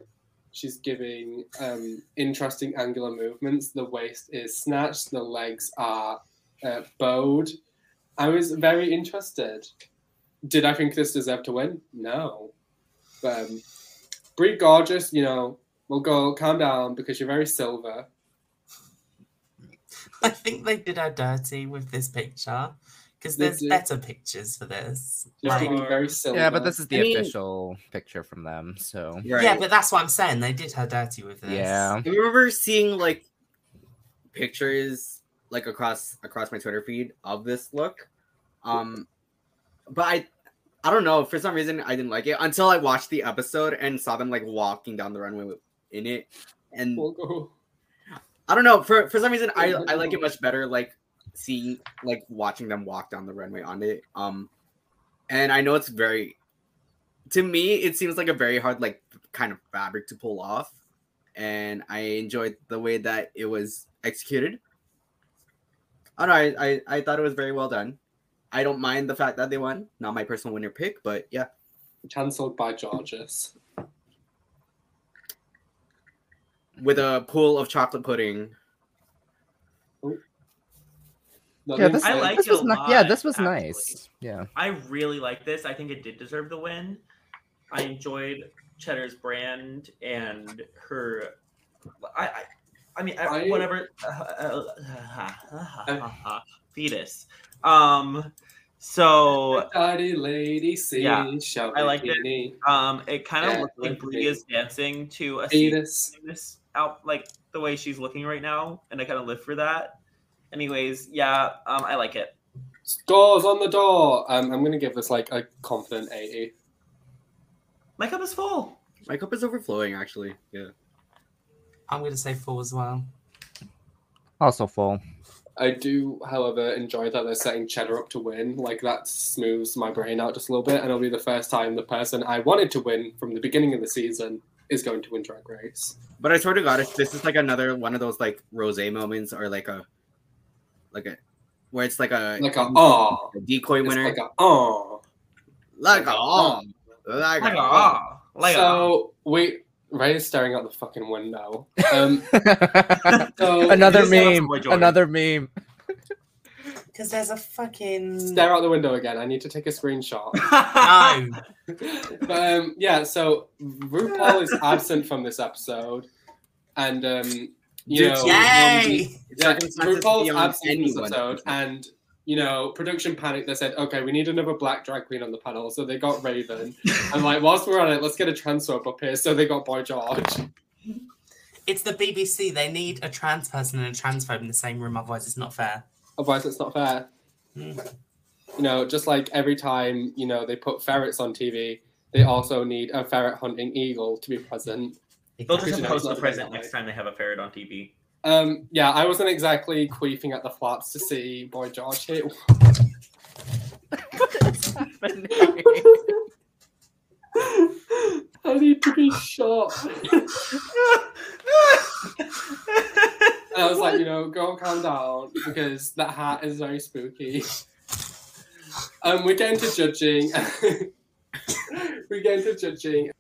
Speaker 3: She's giving um, interesting angular movements. The waist is snatched. The legs are uh, bowed. I was very interested. Did I think this deserved to win? No. But um, Brie Gorgeous, you know, we'll go calm down because you're very silver.
Speaker 4: I think they did her dirty with this picture because
Speaker 3: They
Speaker 4: there's
Speaker 3: did.
Speaker 4: better pictures for this.
Speaker 3: Just
Speaker 1: Right.
Speaker 4: Like,
Speaker 3: being very silly.
Speaker 2: Yeah, but this is the
Speaker 5: I mean-
Speaker 2: official picture from them, so
Speaker 5: right.
Speaker 4: Yeah, but that's what I'm saying. They did her dirty with this.
Speaker 2: yeah.
Speaker 5: I remember seeing like pictures like across across my Twitter feed of this look. Um but I I don't know, for some reason I didn't like it until I watched the episode and saw them like walking down the runway with- in it. And
Speaker 3: We'll go.
Speaker 5: I don't know, for for some reason I I like it much better like seeing like watching them walk down the runway on it. Um and I know it's very to me it seems like a very hard like kind of fabric to pull off and I enjoyed the way that it was executed. I don't know. I, I, I thought it was very well done. I don't mind the fact that they won. Not my personal winner pick, but yeah.
Speaker 3: Cancelled by Georges.
Speaker 5: With a pool of chocolate pudding.
Speaker 3: That
Speaker 2: Yeah,
Speaker 3: means
Speaker 2: this,
Speaker 1: I
Speaker 3: that-
Speaker 1: like
Speaker 2: this
Speaker 1: it
Speaker 2: was
Speaker 1: a
Speaker 2: ni- yeah,
Speaker 1: lot,
Speaker 2: this was
Speaker 1: actually.
Speaker 2: nice. Yeah,
Speaker 1: I really like this. I think it did deserve the win. I enjoyed Cheddar's brand and her. I, I, I mean, I,
Speaker 3: I-
Speaker 1: whatever. fetus. Um, so
Speaker 3: Daddy, lady, see,
Speaker 1: Yeah,
Speaker 3: shall
Speaker 1: I liked it.
Speaker 3: bikini,
Speaker 1: um, it kind of
Speaker 3: Yeah,
Speaker 1: looked like
Speaker 3: like
Speaker 1: Brie is dancing to a sea
Speaker 3: fetus.
Speaker 1: this out like the way she's looking right now, and I kind of live for that. Anyways, yeah, um, I like it.
Speaker 3: Scores on the door. Um, I'm gonna give this like a confident 80.
Speaker 1: My cup is full.
Speaker 5: My cup is overflowing, actually. Yeah.
Speaker 4: I'm going to say four as well.
Speaker 2: also full.
Speaker 3: I do, however, enjoy that they're setting Cheddar up to win. Like that smooths my brain out just a little bit, and it'll be the first time the person I wanted to win from the beginning of the season is going to win Drag Race.
Speaker 5: But I swear to God, if this is like another one of those like rose moments or like a like a where it's like a,
Speaker 3: Like a oh,
Speaker 5: a decoy winner.
Speaker 3: like a oh.
Speaker 5: Like a
Speaker 3: aw.
Speaker 5: Like
Speaker 1: Like
Speaker 5: a aw.
Speaker 1: ah, like ah.
Speaker 3: so wait, Ray is staring out the fucking window. Um, so
Speaker 2: another
Speaker 1: Just say that's
Speaker 2: meme.
Speaker 1: Boy Jordan.
Speaker 2: Another meme.
Speaker 4: Because there's a fucking.
Speaker 3: stare out the window again. I need to take a screenshot.
Speaker 4: No.
Speaker 3: but um, yeah, so RuPaul is absent from this episode, and um, you
Speaker 5: Due
Speaker 3: know,
Speaker 5: to
Speaker 4: Yay!
Speaker 3: yeah,
Speaker 5: circumstances
Speaker 3: RuPaul's
Speaker 5: beyond
Speaker 3: absent from this
Speaker 5: anyone's
Speaker 3: episode, and you know, production panicked. They said, "Okay, we need another black drag queen on the panel," so they got Raven, and like, whilst we're on it, let's get a trans up up here. So they got Boy George.
Speaker 4: It's the BBC. They need a trans person and a transphobe in the same room, otherwise, it's not fair.
Speaker 3: Otherwise, it's not fair.
Speaker 4: Mm.
Speaker 3: You know, just like every time you know they put ferrets on TV, they also need a ferret hunting eagle to be present.
Speaker 1: They'll just post
Speaker 3: Because you know,
Speaker 1: the
Speaker 3: it's
Speaker 1: present
Speaker 3: not
Speaker 1: next time they have a ferret on TV.
Speaker 3: Um, yeah, I wasn't exactly queefing at the flaps to see Boy George hit. I need to be shot. and I was like, you know, girl, calm down because that hat is very spooky. Um, we get into judging. we get into judging.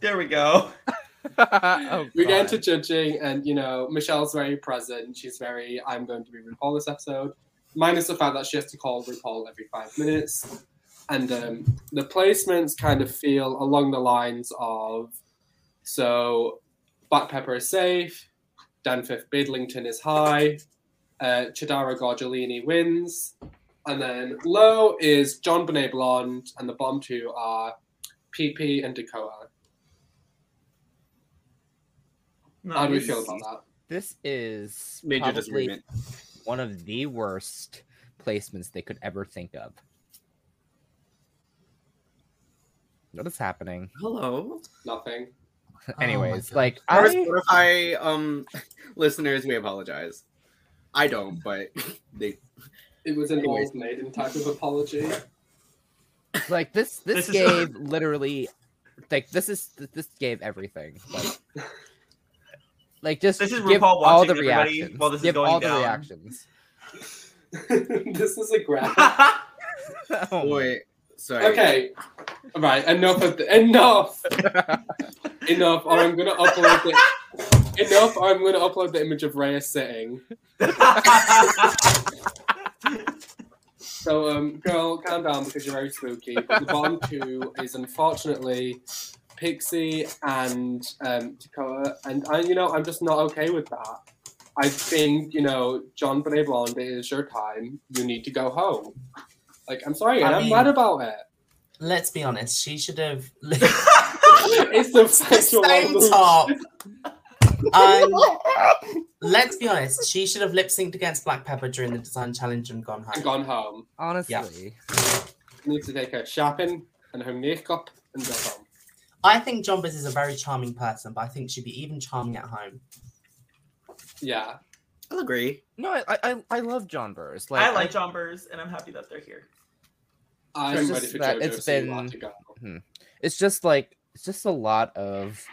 Speaker 1: there we go.
Speaker 2: Oh,
Speaker 3: we get
Speaker 2: God.
Speaker 3: into judging, and you know, Michelle's very present. She's very, I'm going to be RuPaul this episode, minus the fact that she has to call RuPaul every five minutes. And um, the placements kind of feel along the lines of so Black Pepper is safe, Danforth Bidlington is high, uh, Chidara Gorgiolini wins, and then low is John Bonet Blonde, and the bottom two are PP and Decoa. How do we feel about that?
Speaker 2: This is
Speaker 5: Major
Speaker 2: probably
Speaker 5: disagreement.
Speaker 2: one of the worst placements they could ever think of. What is happening?
Speaker 5: Hello.
Speaker 3: Nothing.
Speaker 4: my
Speaker 2: Anyways, Oh
Speaker 4: God.
Speaker 2: like
Speaker 5: Our
Speaker 2: I,
Speaker 5: Spotify um listeners, we apologize. I don't, but they
Speaker 3: It was an
Speaker 5: Anyways.
Speaker 3: old maiden type of apology.
Speaker 2: like this this,
Speaker 1: This is-
Speaker 2: gave literally like this is this gave everything like, like just
Speaker 1: This is RuPaul
Speaker 2: give all
Speaker 1: watching
Speaker 2: the
Speaker 1: everybody
Speaker 2: reactions
Speaker 1: while this is
Speaker 2: give
Speaker 1: going
Speaker 2: all the
Speaker 1: down.
Speaker 2: reactions
Speaker 3: this is a graph.
Speaker 1: that?
Speaker 2: oh my
Speaker 5: wait. Sorry.
Speaker 3: Okay. All right. Enough of the, enough. enough. Or I'm gonna upload the enough. Or I'm gonna upload the image of Raya sitting. So, um, girl, calm down because you're very spooky. But the bottom two is unfortunately Pixie and um, Dakota, and I, you know, I'm just not okay with that. I think you know, John Bonet Blonde, it is your time. You need to go home. Like, I'm sorry, and
Speaker 4: I
Speaker 3: I am
Speaker 4: mean-
Speaker 3: mad about it.
Speaker 4: Let's be honest. She should have.
Speaker 3: It's the
Speaker 4: the
Speaker 3: sexual
Speaker 4: same top. Um, let's be honest, she should have lip synced against Black Pepper during the design challenge and gone
Speaker 3: and
Speaker 4: home.
Speaker 3: gone home.
Speaker 2: honestly
Speaker 3: Need to take her shopping and her makeup and go home.
Speaker 4: I think John Biz is a very charming person, but I think she'd be even charming at home.
Speaker 3: Yeah,
Speaker 5: I'll agree.
Speaker 2: no I, I I- I love John Burrs
Speaker 1: I like Jombers, and I'm happy that they're here.
Speaker 3: I'm
Speaker 2: It's
Speaker 3: ready
Speaker 2: just
Speaker 3: for
Speaker 2: that
Speaker 3: JoJo
Speaker 2: it's
Speaker 3: Siwa
Speaker 2: been-
Speaker 3: to go.
Speaker 2: it's just like it's just a lot of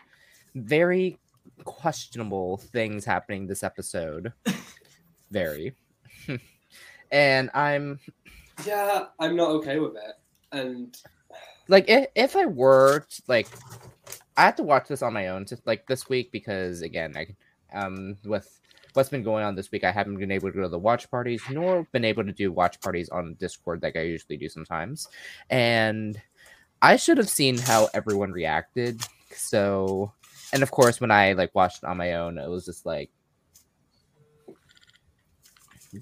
Speaker 2: very questionable things happening this episode very and I'm
Speaker 3: Yeah, I'm not okay with it. And
Speaker 2: like if, if i were to, like i have to watch this on my own just like this week because again i um with what's been going on this week i haven't been able to go to the watch parties nor been able to do watch parties on discord like i usually do sometimes and i should have seen how everyone reacted so and of course when i like watched it on my own it was just like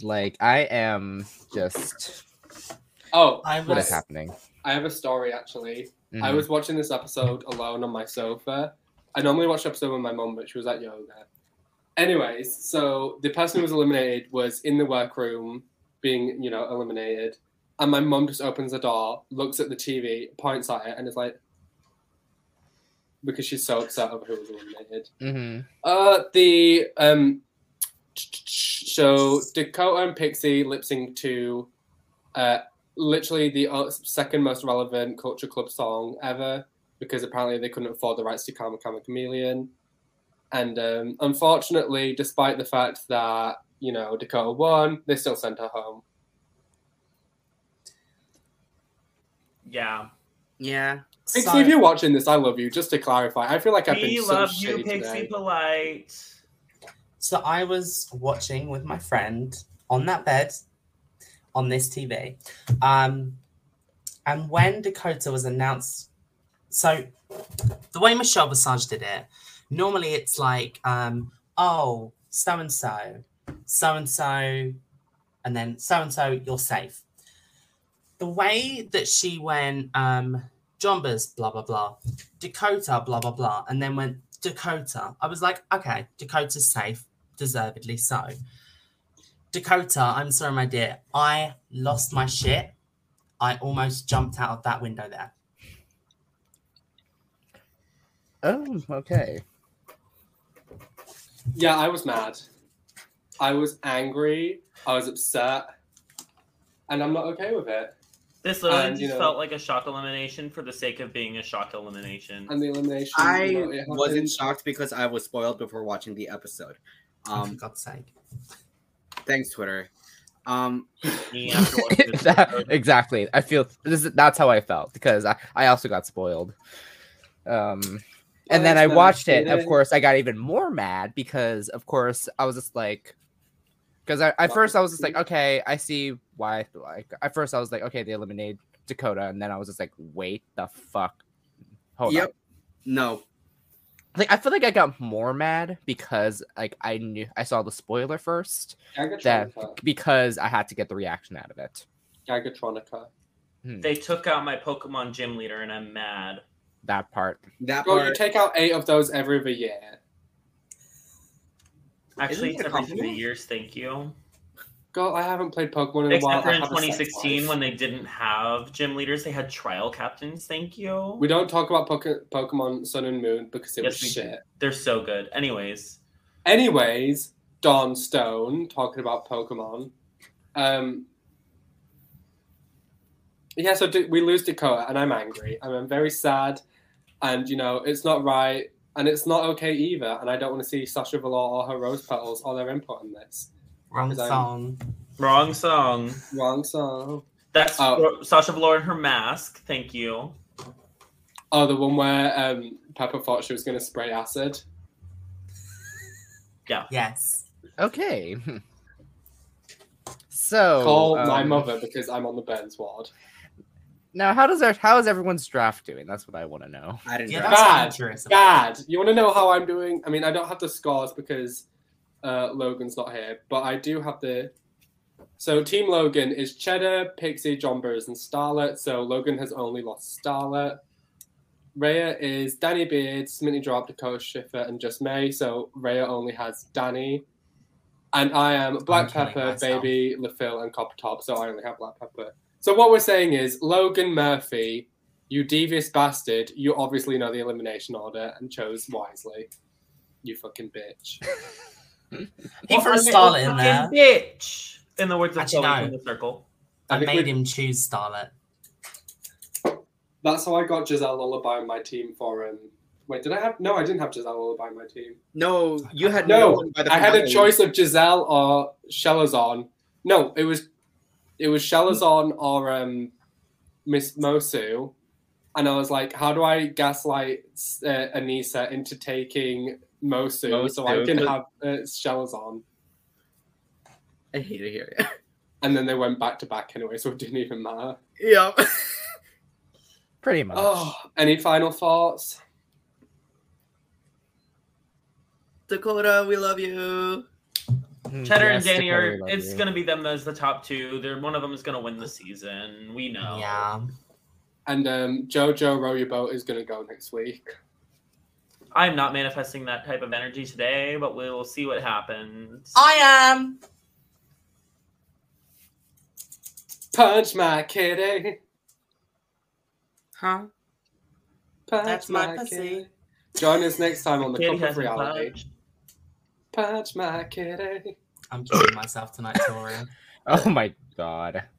Speaker 2: like i am just
Speaker 3: oh,
Speaker 4: I
Speaker 2: what is
Speaker 4: was
Speaker 2: happening
Speaker 3: I have a story actually. I
Speaker 2: Mhm.
Speaker 3: was watching this episode alone on my sofa. I normally watch the episode with my mum, but she was at yoga. Anyways, so the person who was eliminated was in the workroom being, you know, eliminated. And my mum just opens the door, looks at the TV, points at it, and is like, because she's so upset over who was eliminated.
Speaker 2: Mhm.
Speaker 3: Uh, the um, so Dakota and Pixie lip sync to, uh, literally the uh, second most relevant Culture Club song ever because apparently they couldn't afford the rights to Karma Karma Chameleon, and um, unfortunately, despite the fact that you know Dakota won, they still sent her home.
Speaker 1: Yeah.
Speaker 5: Yeah.
Speaker 3: Pixie,
Speaker 4: sorry.
Speaker 3: if you're watching this, I love you. Just to clarify, I feel like I've
Speaker 1: we
Speaker 3: been
Speaker 1: love
Speaker 3: so
Speaker 1: you,
Speaker 3: shitty
Speaker 1: Pixie
Speaker 3: today.
Speaker 1: Polite.
Speaker 4: So I was watching with my friend on that bed on this TV. Um, and when Dakota was announced, so the way Michelle Visage did it, normally it's like, um, oh, so and so, so and so, and then so and so, you're safe. The way that she went, um, Jombas, blah, blah, blah, Dakota, blah, blah, blah, and then went Dakota, I was like, okay, Dakota's safe deservedly so. Dakota, I'm sorry, my dear. I lost my shit. I almost jumped out of that window there.
Speaker 2: oh okay
Speaker 3: Yeah, I was mad. I was angry. I was upset. And I'm not okay with it.
Speaker 1: This literally
Speaker 3: And, you
Speaker 1: just
Speaker 3: know-
Speaker 1: felt like a shock elimination for the sake of being a shock elimination.
Speaker 3: And the elimination. you
Speaker 5: I
Speaker 3: know, it happened.
Speaker 5: wasn't shocked because I was spoiled before watching the episode.
Speaker 4: for
Speaker 5: Um,
Speaker 4: God's sake.
Speaker 5: thanks, Twitter. Um,
Speaker 1: Me after watching this
Speaker 2: That-
Speaker 1: episode.
Speaker 2: exactly. I feel this is, that's how I felt because I, I also got spoiled. Um, and then I
Speaker 3: That's
Speaker 2: watched it. Of
Speaker 3: shitty.
Speaker 2: course, I got even more mad because, of course, I was just like, because I at first I was just like, okay, I see why. Like at first I was like, okay, they eliminated Dakota, and then I was just like, wait, the fuck, hold
Speaker 5: Yep.
Speaker 2: up.
Speaker 5: no,
Speaker 2: Like I feel like I got more mad because like I knew I saw the spoiler first that
Speaker 3: Gagatronica.
Speaker 2: because I had to get the reaction out of it.
Speaker 3: Gagatronica.
Speaker 1: They took out my Pokemon gym leader, and I'm mad.
Speaker 2: That part.
Speaker 5: that
Speaker 3: Bro, you
Speaker 5: part.
Speaker 3: take out eight of those every other year.
Speaker 1: Actually,
Speaker 5: Isn't
Speaker 1: it's
Speaker 5: it a
Speaker 1: every three
Speaker 5: compliment?
Speaker 1: years. Thank you.
Speaker 3: God, I haven't played Pokemon in a while.
Speaker 1: Except for
Speaker 3: I
Speaker 1: in
Speaker 3: have a sex
Speaker 1: 2016
Speaker 3: life.
Speaker 1: when they didn't have gym leaders, they had trial captains. Thank you.
Speaker 3: We don't talk about Poke- Pokemon Sun and Moon because it
Speaker 1: Yes,
Speaker 3: was
Speaker 1: we do.
Speaker 3: shit.
Speaker 1: They're so good. Anyways,
Speaker 3: Anyways, Don Stone talking about Pokemon. Um, yeah, so d- we lose Dakota, and I'm angry, and I'm very sad, and you know it's not right, and it's not okay either, and I don't want to see Sasha Velour or her rose petals or their input on this.
Speaker 4: Wrong
Speaker 3: Because I'm-
Speaker 4: song.
Speaker 1: wrong song.
Speaker 3: Wrong song.
Speaker 1: That's
Speaker 3: Oh.
Speaker 1: Sasha Velour in her mask. Thank you.
Speaker 3: Oh, the one where um, Pepper thought she was going to spray acid.
Speaker 4: Yes.
Speaker 2: Okay. So
Speaker 3: Call my
Speaker 2: um,
Speaker 3: mother because I'm on the Burns ward.
Speaker 2: Now, how does our, how is everyone's draft doing? That's what I want to know.
Speaker 5: I didn't.
Speaker 4: Yeah,
Speaker 5: draft.
Speaker 4: that's what
Speaker 3: Bad.
Speaker 4: I'm curious about.
Speaker 3: Dad, you want to know how I'm doing? I mean, I don't have the scores because uh, Logan's not here, but I do have the. So Team Logan is Cheddar, Pixie, John Burrs, and Starlet. So Logan has only lost Starlet. Rhea is Danny Beard, Smitty Drop, Dakota Schiffer, and Just May. So Rhea only has Danny. And I am Black
Speaker 4: killing
Speaker 3: Pepper,
Speaker 4: myself.
Speaker 3: Baby, LaFille, and Copper Top. So I only have Black Pepper. So what we're saying is Logan Murphy, you devious bastard, you obviously know the elimination order and chose wisely. You fucking bitch.
Speaker 4: He
Speaker 1: Well,
Speaker 4: threw
Speaker 1: I'm
Speaker 4: Starlet
Speaker 1: a
Speaker 4: in there.
Speaker 1: fucking Bitch. In the words of
Speaker 4: Actually,
Speaker 1: Chloe
Speaker 4: no.
Speaker 1: from the circle.
Speaker 4: I
Speaker 3: I think
Speaker 4: made
Speaker 3: we-
Speaker 4: him choose Starlet.
Speaker 3: That's how I got Giselle Lullaby on my team for him. Wait, did I have? No, I didn't have Giselle Lullaby on my team.
Speaker 5: No, you had
Speaker 3: No,
Speaker 5: one by the
Speaker 3: I had a
Speaker 5: finale.
Speaker 3: choice of Giselle or Shelazon. No, it was it was Shalazon or um, Miss Mosu, and I was like, how do I gaslight uh, Anissa into taking Mosu, so I
Speaker 5: Mosu,
Speaker 3: can
Speaker 5: but-
Speaker 3: have uh, Shalazon?
Speaker 5: I hate it here.
Speaker 3: And then they went back to back anyway, so it didn't even matter.
Speaker 5: yeah.
Speaker 2: Pretty much.
Speaker 3: Oh, any final thoughts?
Speaker 5: Dakota, we love you.
Speaker 2: Mm,
Speaker 1: Cheddar and
Speaker 2: yes,
Speaker 1: Danny
Speaker 2: Dakota,
Speaker 1: are.
Speaker 2: we love
Speaker 1: It's
Speaker 2: you.
Speaker 1: gonna be them as the top two. They're one of them is gonna win the season. We
Speaker 3: Oh.
Speaker 1: know.
Speaker 4: Yeah.
Speaker 3: And um, Jojo Row Your Boat is going to go next week.
Speaker 1: I'm not manifesting that type of energy today, but we will see what happens.
Speaker 4: I am.
Speaker 3: Punch my kitty.
Speaker 5: Huh?
Speaker 3: Punch
Speaker 4: That's my pussy.
Speaker 3: kitty. Join us next time on the
Speaker 1: Katie
Speaker 3: Cup of
Speaker 1: hasn't
Speaker 3: Reality.
Speaker 1: budged.
Speaker 3: Punch my kitty.
Speaker 4: I'm killing myself tonight, Tori.
Speaker 2: Oh my god.